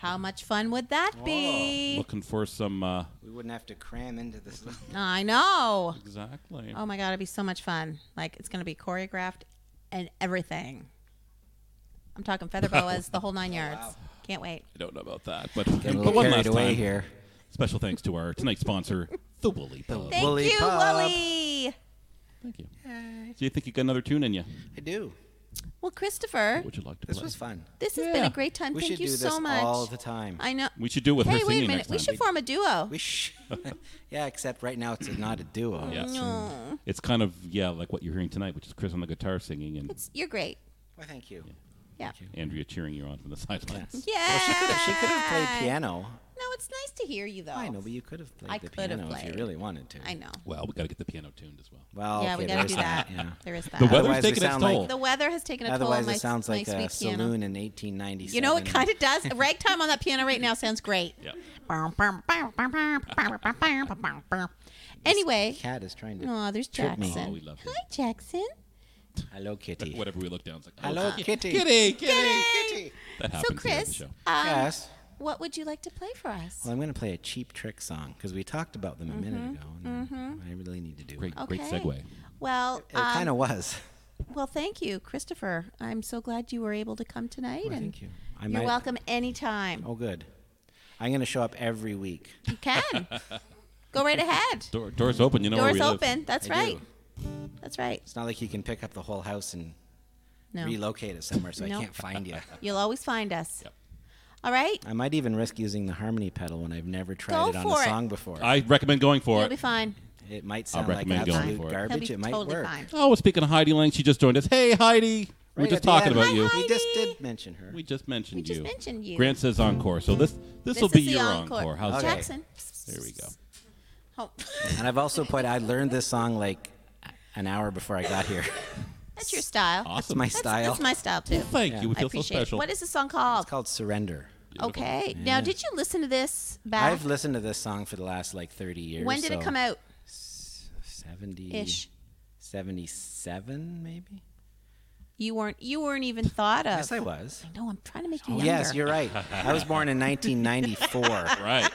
C: How much fun would that
A: Oh,
C: be?
B: looking for some. Uh,
A: We wouldn't have to cram into this. little-
C: I know.
B: exactly.
C: Oh my god, it'd be so much fun. Like it's gonna be choreographed and everything. I'm talking feather
A: [laughs]
C: boas, the whole nine yards. Can't wait.
B: I don't know about that, but,
A: Get a
B: but
A: little
B: one
A: carried
B: last
A: away
B: time.
A: here.
B: Special thanks to our tonight sponsor, The Woolly Pub.
C: Thank
A: Wooly
C: you,
A: Pub.
C: Wooly.
B: Thank you. So you think you got another tune in you?
A: I do.
C: Well, Christopher,
B: What would you like to
A: This
B: play?
A: was fun.
C: this has been
B: Yeah.
C: a great time.
A: We
C: Thank
A: should
C: you
A: do
C: so
A: this
C: much.
A: all the time.
C: I know.
B: We should do it with her
C: hey, wait a
B: singing
C: minute.
B: next
C: We
B: time.
C: should form a duo.
A: We sh- [laughs] yeah, except right now it's not a duo.
B: Yes.
D: Mm.
B: It's kind of yeah, like what you're hearing tonight, which is Chris on the guitar singing and
C: It's, you're great.
A: Well, thank you.
C: Yeah.
B: Andrea cheering you on from the sidelines.
C: Yeah.
A: Well, she could have, she could have played piano.
C: No, it's nice to hear you though.
A: I know, but you could have played
C: I
A: the
C: could have
A: piano if you
C: played.
A: really wanted to.
C: I know.
B: [laughs] Well, we got to get the piano tuned as well.
A: Well,
C: yeah,
A: Oh, okay,
C: we gotta
A: there's
C: do that.
A: yeah.
C: There is that.
B: The weather's
A: Otherwise, we
B: taking its
A: sound like-
B: toll.
C: The weather has taken a toll
A: Otherwise,
C: on my,
A: it sounds like
C: my
A: a
C: sweet
A: saloon
C: piano.
A: in 1897.
C: You know, it kind of does.
A: [laughs]
C: Ragtime on that piano right now sounds great.
B: Yeah.
C: anyway,
A: Cat is trying to.
C: oh, there's
A: Trip me.
B: Oh, we
C: Jackson.
B: love him.
C: Hi, Jackson.
A: Hello, Kitty.
B: Whatever we look down, it's like oh,
A: Hello, Kitty.
B: kitty, kitty.
A: Kitty.
B: That happens. here
C: So,
B: on the
C: Chris,
B: show.
C: um,
A: Yes.
C: what would you like to play for us?
A: Well, I'm going to play a cheap trick song because we talked about them a
C: Mm-hmm.
A: minute ago. And I really need to do
B: great,
A: it.
B: great
C: Okay.
B: segue.
C: Well,
A: It kind
C: um,
A: of was.
C: well, thank you, Christopher. I'm so glad you were able to come tonight. and
A: Oh, Thank you. I
C: You're
A: might-
C: welcome anytime.
A: Oh, good. I'm going to show up every week.
C: You
B: [laughs]
C: can. Go right ahead.
B: Door, doors open. You know where
C: Doors
B: we live.
C: open. That's
A: I do.
C: right. That's right.
A: It's not like you can pick up the whole house and
C: No.
A: relocate it somewhere, so
C: Nope.
A: I can't find you.
C: You'll always find us.
B: Yep.
C: All right.
A: I might even risk using the harmony pedal when I've never tried
C: Go
A: it on a
C: for it.
A: song before.
B: I recommend going for
C: You'll
B: it.
C: be fine.
A: it might sound like
B: recommend going
A: absolute
B: for it.
C: He'll
A: garbage.
C: be
A: It might
C: totally
A: work.
C: fine.
B: Oh, speaking of Heidi Lang, she just joined us. Hey, Heidi. We
A: Right
B: We're just
A: at the
B: talking
A: end.
B: about
C: Hi,
B: you.
C: Heidi.
A: We just did mention her.
B: We just mentioned
C: We
B: you.
C: just mentioned you.
B: Grant says encore. So this this
C: This
B: will
C: is
B: be
C: the
B: your
C: encore.
B: How's
A: Okay.
B: that?
C: Jackson.
B: There we go.
C: Oh.
A: And I've also played. I learned this song like an hour before I got here.
C: [laughs] that's your style.
A: It's
B: Awesome.
A: my
C: That's,
A: style.
C: that's my style too.
B: Thank you. We
C: I
B: feel so
C: appreciate it.
B: special.
C: What is the song called?
A: It's called Surrender.
C: okay. Now, did you listen to this back?
A: I've listened to this song for the last like 30 years.
C: when did it
A: so
C: come out?
B: E.
A: 70
C: Ish.
A: 77 maybe?
C: You weren't. You weren't even thought of.
A: Yes, I was.
C: no, I'm trying to make you
A: Oh,
C: Oh. younger.
A: yes, you're right. I was born
C: [laughs]
A: in 1994.
B: right.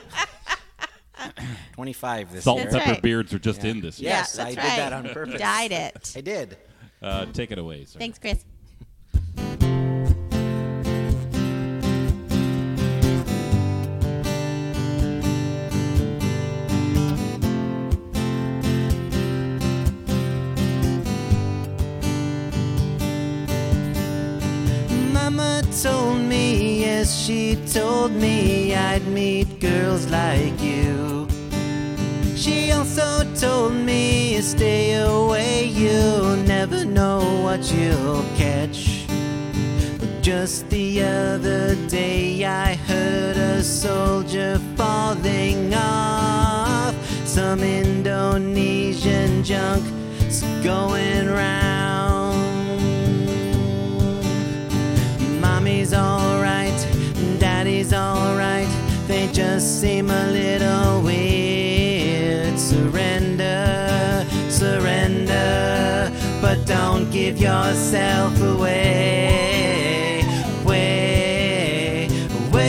A: 25 this
B: Salt
A: year.
B: and pepper
C: right.
B: beards are just in this. year.
A: Yes,
C: Yeah,
A: I
C: that's
A: did that
C: right.
A: on purpose.
C: Dyed it.
A: [laughs] I did.
B: Uh, take it away, sir.
C: Thanks, Chris.
D: Mama told me, yes, she told me I'd meet girls like you. She also told me, stay away, you'll never know what you'll catch. But just the other day, I heard a soldier falling off some Indonesian junk going round. Mommy's alright, daddy's alright, they just seem a little weird. Surrender, surrender, but don't give yourself away. Way, way.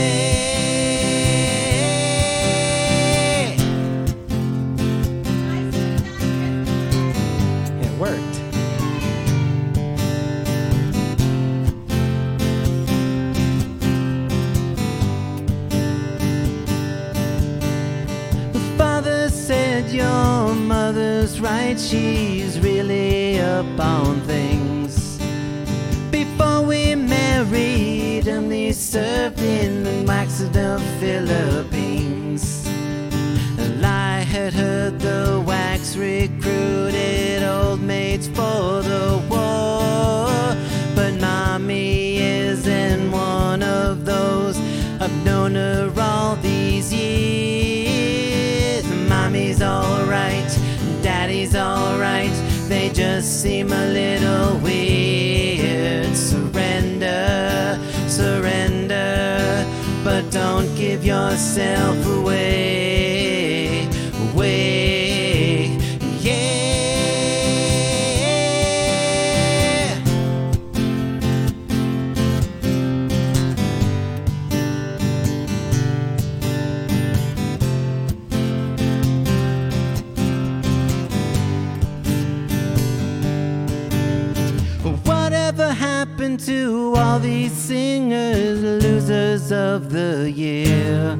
A: It worked.
D: Father said your mother's right. right, she's really up on things. Before we married, Emily served in the Maxidel Philippines. And I had heard the wax recruited old maids for the war. But mommy isn't one of those. I've known her all these years. Mommy's alright, daddy's alright. They just seem a little weird. Surrender, surrender, but don't give yourself away. Away, yeah. Whatever happened to all these singers, losers of the year?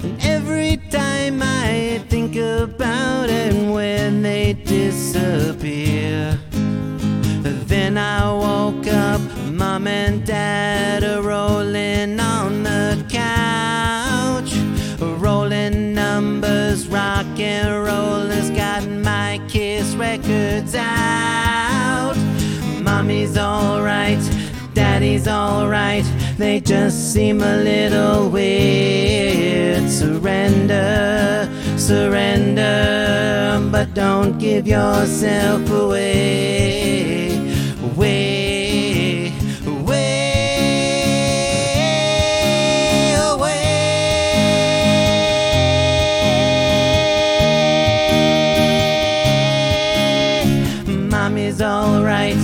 D: And every time I think about it, when they disappear, then I woke up, mom and dad are rolling on the couch, rolling numbers, rock and rollers, got my kiss records out. Mommy's alright, daddy's alright, they just seem a little weird. Surrender, surrender, but don't give yourself away. Away, away, away. Mommy's alright,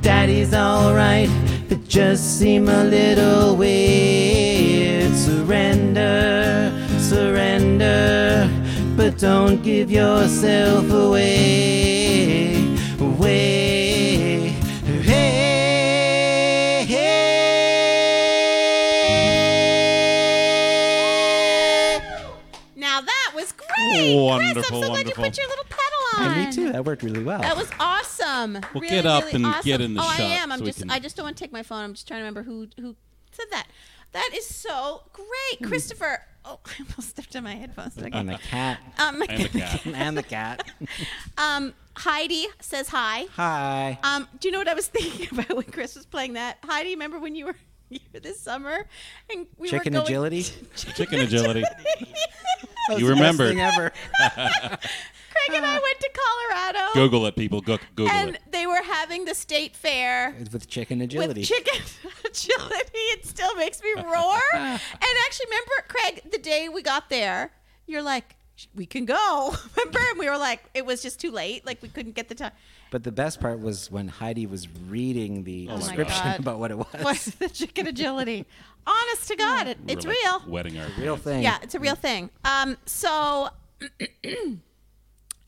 D: daddy's alright, but just seem a little weird. Surrender, surrender, but don't give yourself away. Away, hey,
C: Now that was great. Chris, I'm so
B: Wonderful,
C: glad you put
B: wonderful.
C: your little pedal on.
D: And me too. That worked really well.
C: That was awesome. Well, really,
B: get up
C: really
B: and
C: awesome.
B: get in the
C: Oh, I
B: shot
C: am. I'm
B: so we
C: just.
B: can-
C: I just don't want to take my phone. I'm just trying to remember who who said that. That is so
B: Hmm.
C: great, Christopher. Oh, [laughs] I almost stepped on my headphones
D: and
C: again.
D: the cat.
C: Um,
B: And the cat.
D: and the cat.
C: [laughs] um, Heidi says hi.
D: Hi.
C: Um, do you know what I was [laughs] thinking about when Chris was playing that? Heidi, remember when you were [laughs] here this summer and we
D: Chicken
C: were going [laughs]
D: agility?
B: Chicken agility.
D: That was
B: You
D: the best
B: remembered.
D: thing
C: Oh
D: ever.
C: Craig and I went to Colorado.
B: Google it, people. Go- Google
C: and
B: it.
C: they were having the state fair
D: It's with chicken agility.
C: with chicken [laughs] agility. It still makes me roar.
B: [laughs]
C: and actually, remember, Craig, the day we got there, you're like, we can go. [laughs] Remember? And we were like, it was just too late. Like, we couldn't get the time. [laughs]
D: But the best part was when Heidi was reading the
C: Oh my
D: description
C: God.
D: about what it was.
C: What's the chicken agility? Honest to God, it,
B: We
C: it's
B: were, like,
C: real.
B: Wetting our
D: Real
B: pants.
D: thing.
C: Yeah, it's a real thing. Um, so [clears throat]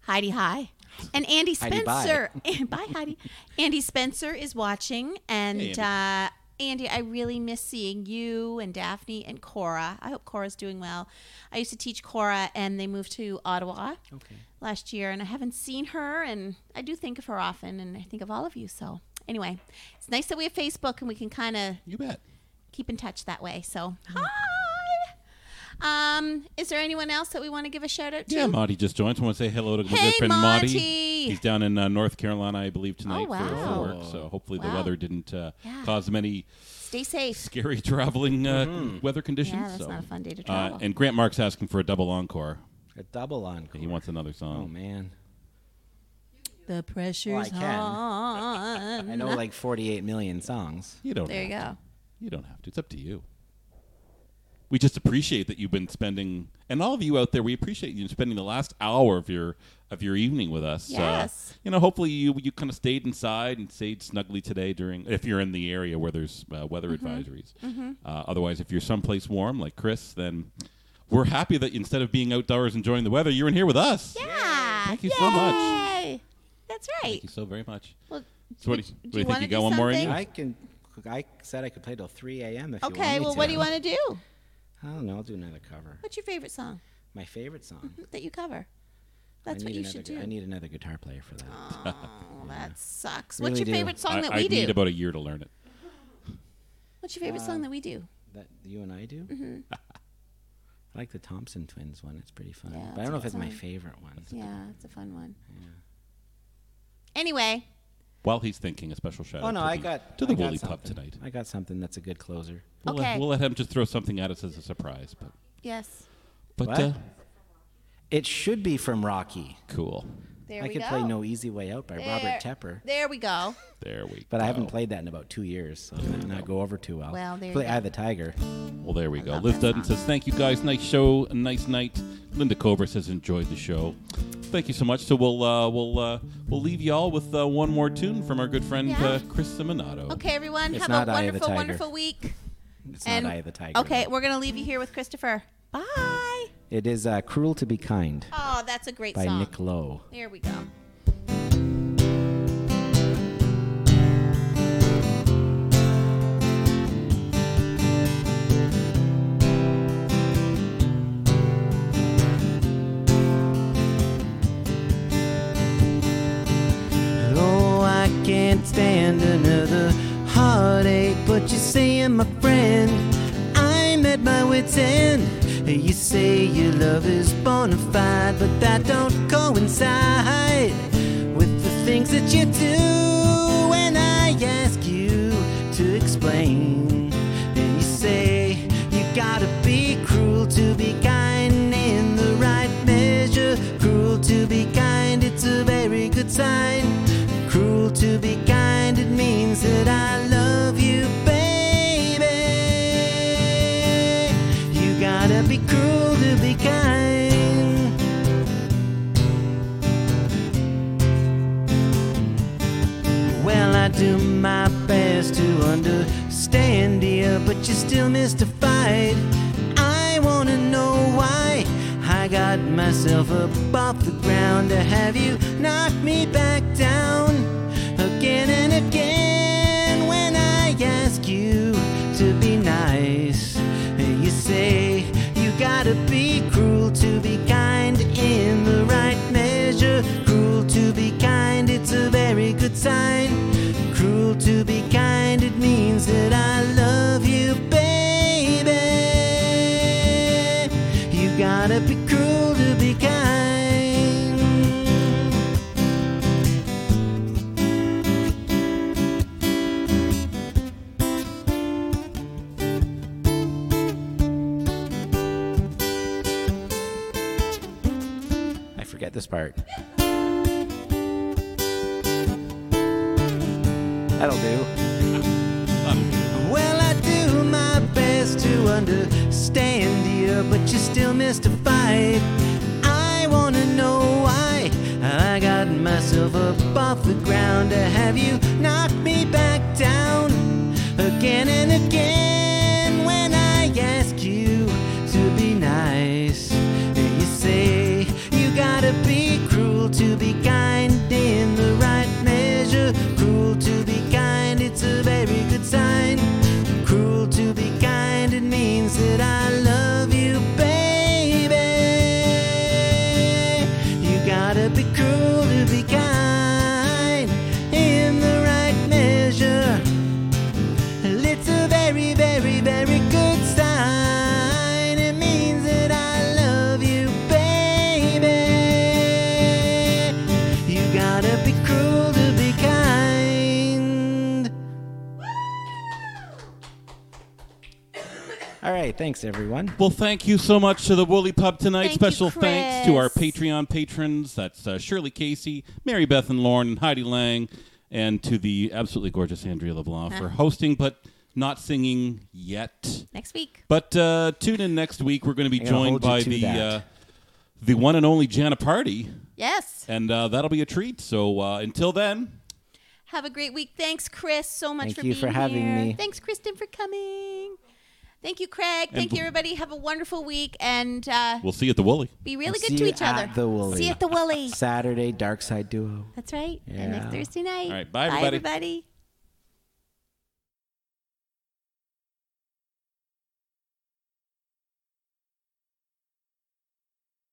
C: Heidi Hi. And Andy
D: Heidi, bye.
C: Spencer. [laughs] Bye. Heidi. Andy Spencer is watching and
B: Hey,
C: uh Andy, I really miss seeing you and Daphne and Cora. I hope Cora's doing well. I used to teach Cora and they moved to Ottawa
D: Okay.
C: last year and I haven't seen her and I do think of her often and I think of all of you. So anyway, it's nice that we have Facebook and we can kind of
B: You bet.
C: keep in touch that way. So, hi. Um, is there anyone else that we want to give a shout out to?
B: Yeah, Monty just joined. So I want to say hello to my
C: Hey,
B: good friend
C: Monty.
B: He's down in uh, North Carolina, I believe, tonight for- for,
C: wow.
B: work. So hopefully the
C: Wow.
B: weather didn't uh,
C: Yeah.
B: cause many
C: Stay safe.
B: scary [laughs] traveling uh, weather conditions.
C: Yeah, that's
B: so.
C: not a fun day to
B: Uh,
C: travel.
B: and Grant Mark's asking for a double encore.
D: A double encore.
B: He wants another song.
D: Oh man.
C: the pressure's
A: [laughs]
D: can.
C: on.
D: I know like 48 million songs.
A: Oh,
B: You don't.
C: There you
B: have to.
C: go.
B: You don't have to. It's up to you. We just appreciate that you've been spending, and all of you out there, we appreciate you spending the last hour of your of your evening with us. Uh,
C: Yes.
B: you know, hopefully you you kind of stayed inside and stayed snugly today during, if you're in the area where there's uh, weather
C: Mm-hmm.
B: advisories. Uh, otherwise, if you're someplace warm like Chris, then we're happy that instead of being outdoors enjoying the weather, you're in here with us.
C: Yeah.
B: Thank you so much.
C: Yay. That's right.
B: Thank you so very much.
C: Well,
B: So what do you- what
C: would-
B: do you think?
C: wanna
B: You got
C: do
B: one more in
C: something?
B: you?
D: I can. I said I could play till 3 a.m. if
C: Okay.
D: you want me
C: Well,
D: to.
C: what do you want to do?
D: I don't know. I'll do another cover.
C: What's your favorite song
D: My favorite song.
C: that you cover? Mm-hmm. That's
A: I
C: what
A: need
C: you
A: another
C: should
A: gu-
C: do.
A: I need another guitar player for that.
C: Oh, that sucks.
A: Really
C: What's your
A: do.
C: favorite song
B: I,
C: that
B: I
C: we
B: need
C: do?
B: about a year to learn it.
C: What's your favorite
A: Uh,
C: song that we do?
A: That you and I do.
C: Mm-hmm.
A: I like the Thompson Twins one. It's pretty fun,
C: Yeah,
A: but I
C: it's
A: don't know
C: a
A: if
C: good
A: it's my
C: song.
A: favorite one.
C: Yeah, it's a fun one. Anyway,
B: While he's thinking, a special shout
A: Oh
B: out
A: no,
B: to
A: I
B: the,
A: got
B: to the
A: I got
B: Woolly Pub
A: something.
B: tonight.
A: I got something that's a good closer.
B: We'll,
C: Okay.
B: let, we'll let him just throw something at us as a surprise. But,
C: yes,
B: but
A: What?
B: Uh,
A: It should be from Rocky.
B: cool.
C: there
A: I
C: we
A: could
C: go.
A: play "No Easy Way Out" by Robert
C: There-
A: Tepper,
C: There we go.
B: There we
A: but
B: go.
A: I haven't played that in about two years, so it might not go over too well.
C: Well, there you
A: play
C: go.
A: "Eye of the Tiger."
B: Well, there we go.
C: love
B: Liz
C: that
B: Dutton
C: song.
B: says, Thank you guys. Nice show. Nice night. Linda Cover says, Enjoyed the show. Thank you so much. So we'll uh, we'll uh, we'll leave y'all with uh, one more tune from our good friend
C: Yeah.
B: uh, Chris Simonato.
C: Okay, everyone,
A: It's
C: have
A: not
C: a
A: Eye of the
C: wonderful,
A: Tiger.
C: wonderful week.
A: It's not "Eye of the Tiger."
C: Okay,
A: though.
C: we're gonna leave you here with Christopher. Bye.
A: it is uh, "Cruel to Be Kind"
C: Oh, that's a great
A: by
C: song.
A: Nick Lowe.
C: There we go.
D: Oh, I can't stand another heartache, but you say I'm a friend. I'm at my wit's end. You say your love is bona fide, but that don't coincide with the things that you do. When I ask you to explain, and you say you gotta be cruel to be kind in the right measure. Cruel to be kind, it's a very good sign. Cruel to be kind, it means that I love you, baby. You gotta be cruel to be kind. Well, I do my best to understand, dear, but you're still mystified. I wanna know why I got myself up off the ground to have you knock me back down again and again when I ask you to be nice. You say you gotta be cruel to be kind in the right measure. Cruel to be kind, it's a very good sign. Cruel to be kind, it means that I love you, baby. You gotta be cruel to be kind.
A: I forget this part. That'll do.
D: Well, I do my best to understand you, but you're still mystified. I wanna know why I got myself up off the ground to have you knock me back down again and again when I ask you to be nice. You say you gotta be cruel to be kind in the right measure. Cruel to be kind, it's a very good sign. Cruel to be kind, it means that I love you, baby. You gotta be cruel to be kind in the right measure. Well, It's a very, very, very good sign. It means that I love you, baby. You gotta be cruel to be kind.
A: All right. Thanks, everyone.
B: Well, thank you so much to the Woolly Pub tonight.
C: Thank you,
B: Special thanks to our
C: Chris.
B: Patreon patrons. That's uh, Shirley Casey, Mary Beth and Lauren, and Heidi Lang, and to the absolutely gorgeous Andrea LeBlanc
C: Ah.
B: for hosting, but not singing yet.
C: Next week.
B: But uh, tune in next week. We're going to be
A: I'm gonna
B: joined
A: hold you
B: by
A: to
B: the
A: that.
B: uh, the one and only Jana Party,
C: Yes.
B: and uh, that'll be a treat. So uh, until then,
C: Have a great week. Thanks, Chris, so much
A: Thank
C: for
A: you
C: being
A: for having
C: here.
A: me.
C: Thanks, Kristen, for coming. Thank you, Craig. Thank you, everybody. Have a wonderful week and uh,
B: we'll see you at the Woolly.
C: be really
A: see
C: good to
A: you
C: each other.
A: at the Woolley.
C: See you at the Woolley.
A: Saturday, Dark Side Duo.
C: That's right. And next
A: Yeah.
C: Thursday night.
B: All right, bye, everybody.
C: everybody.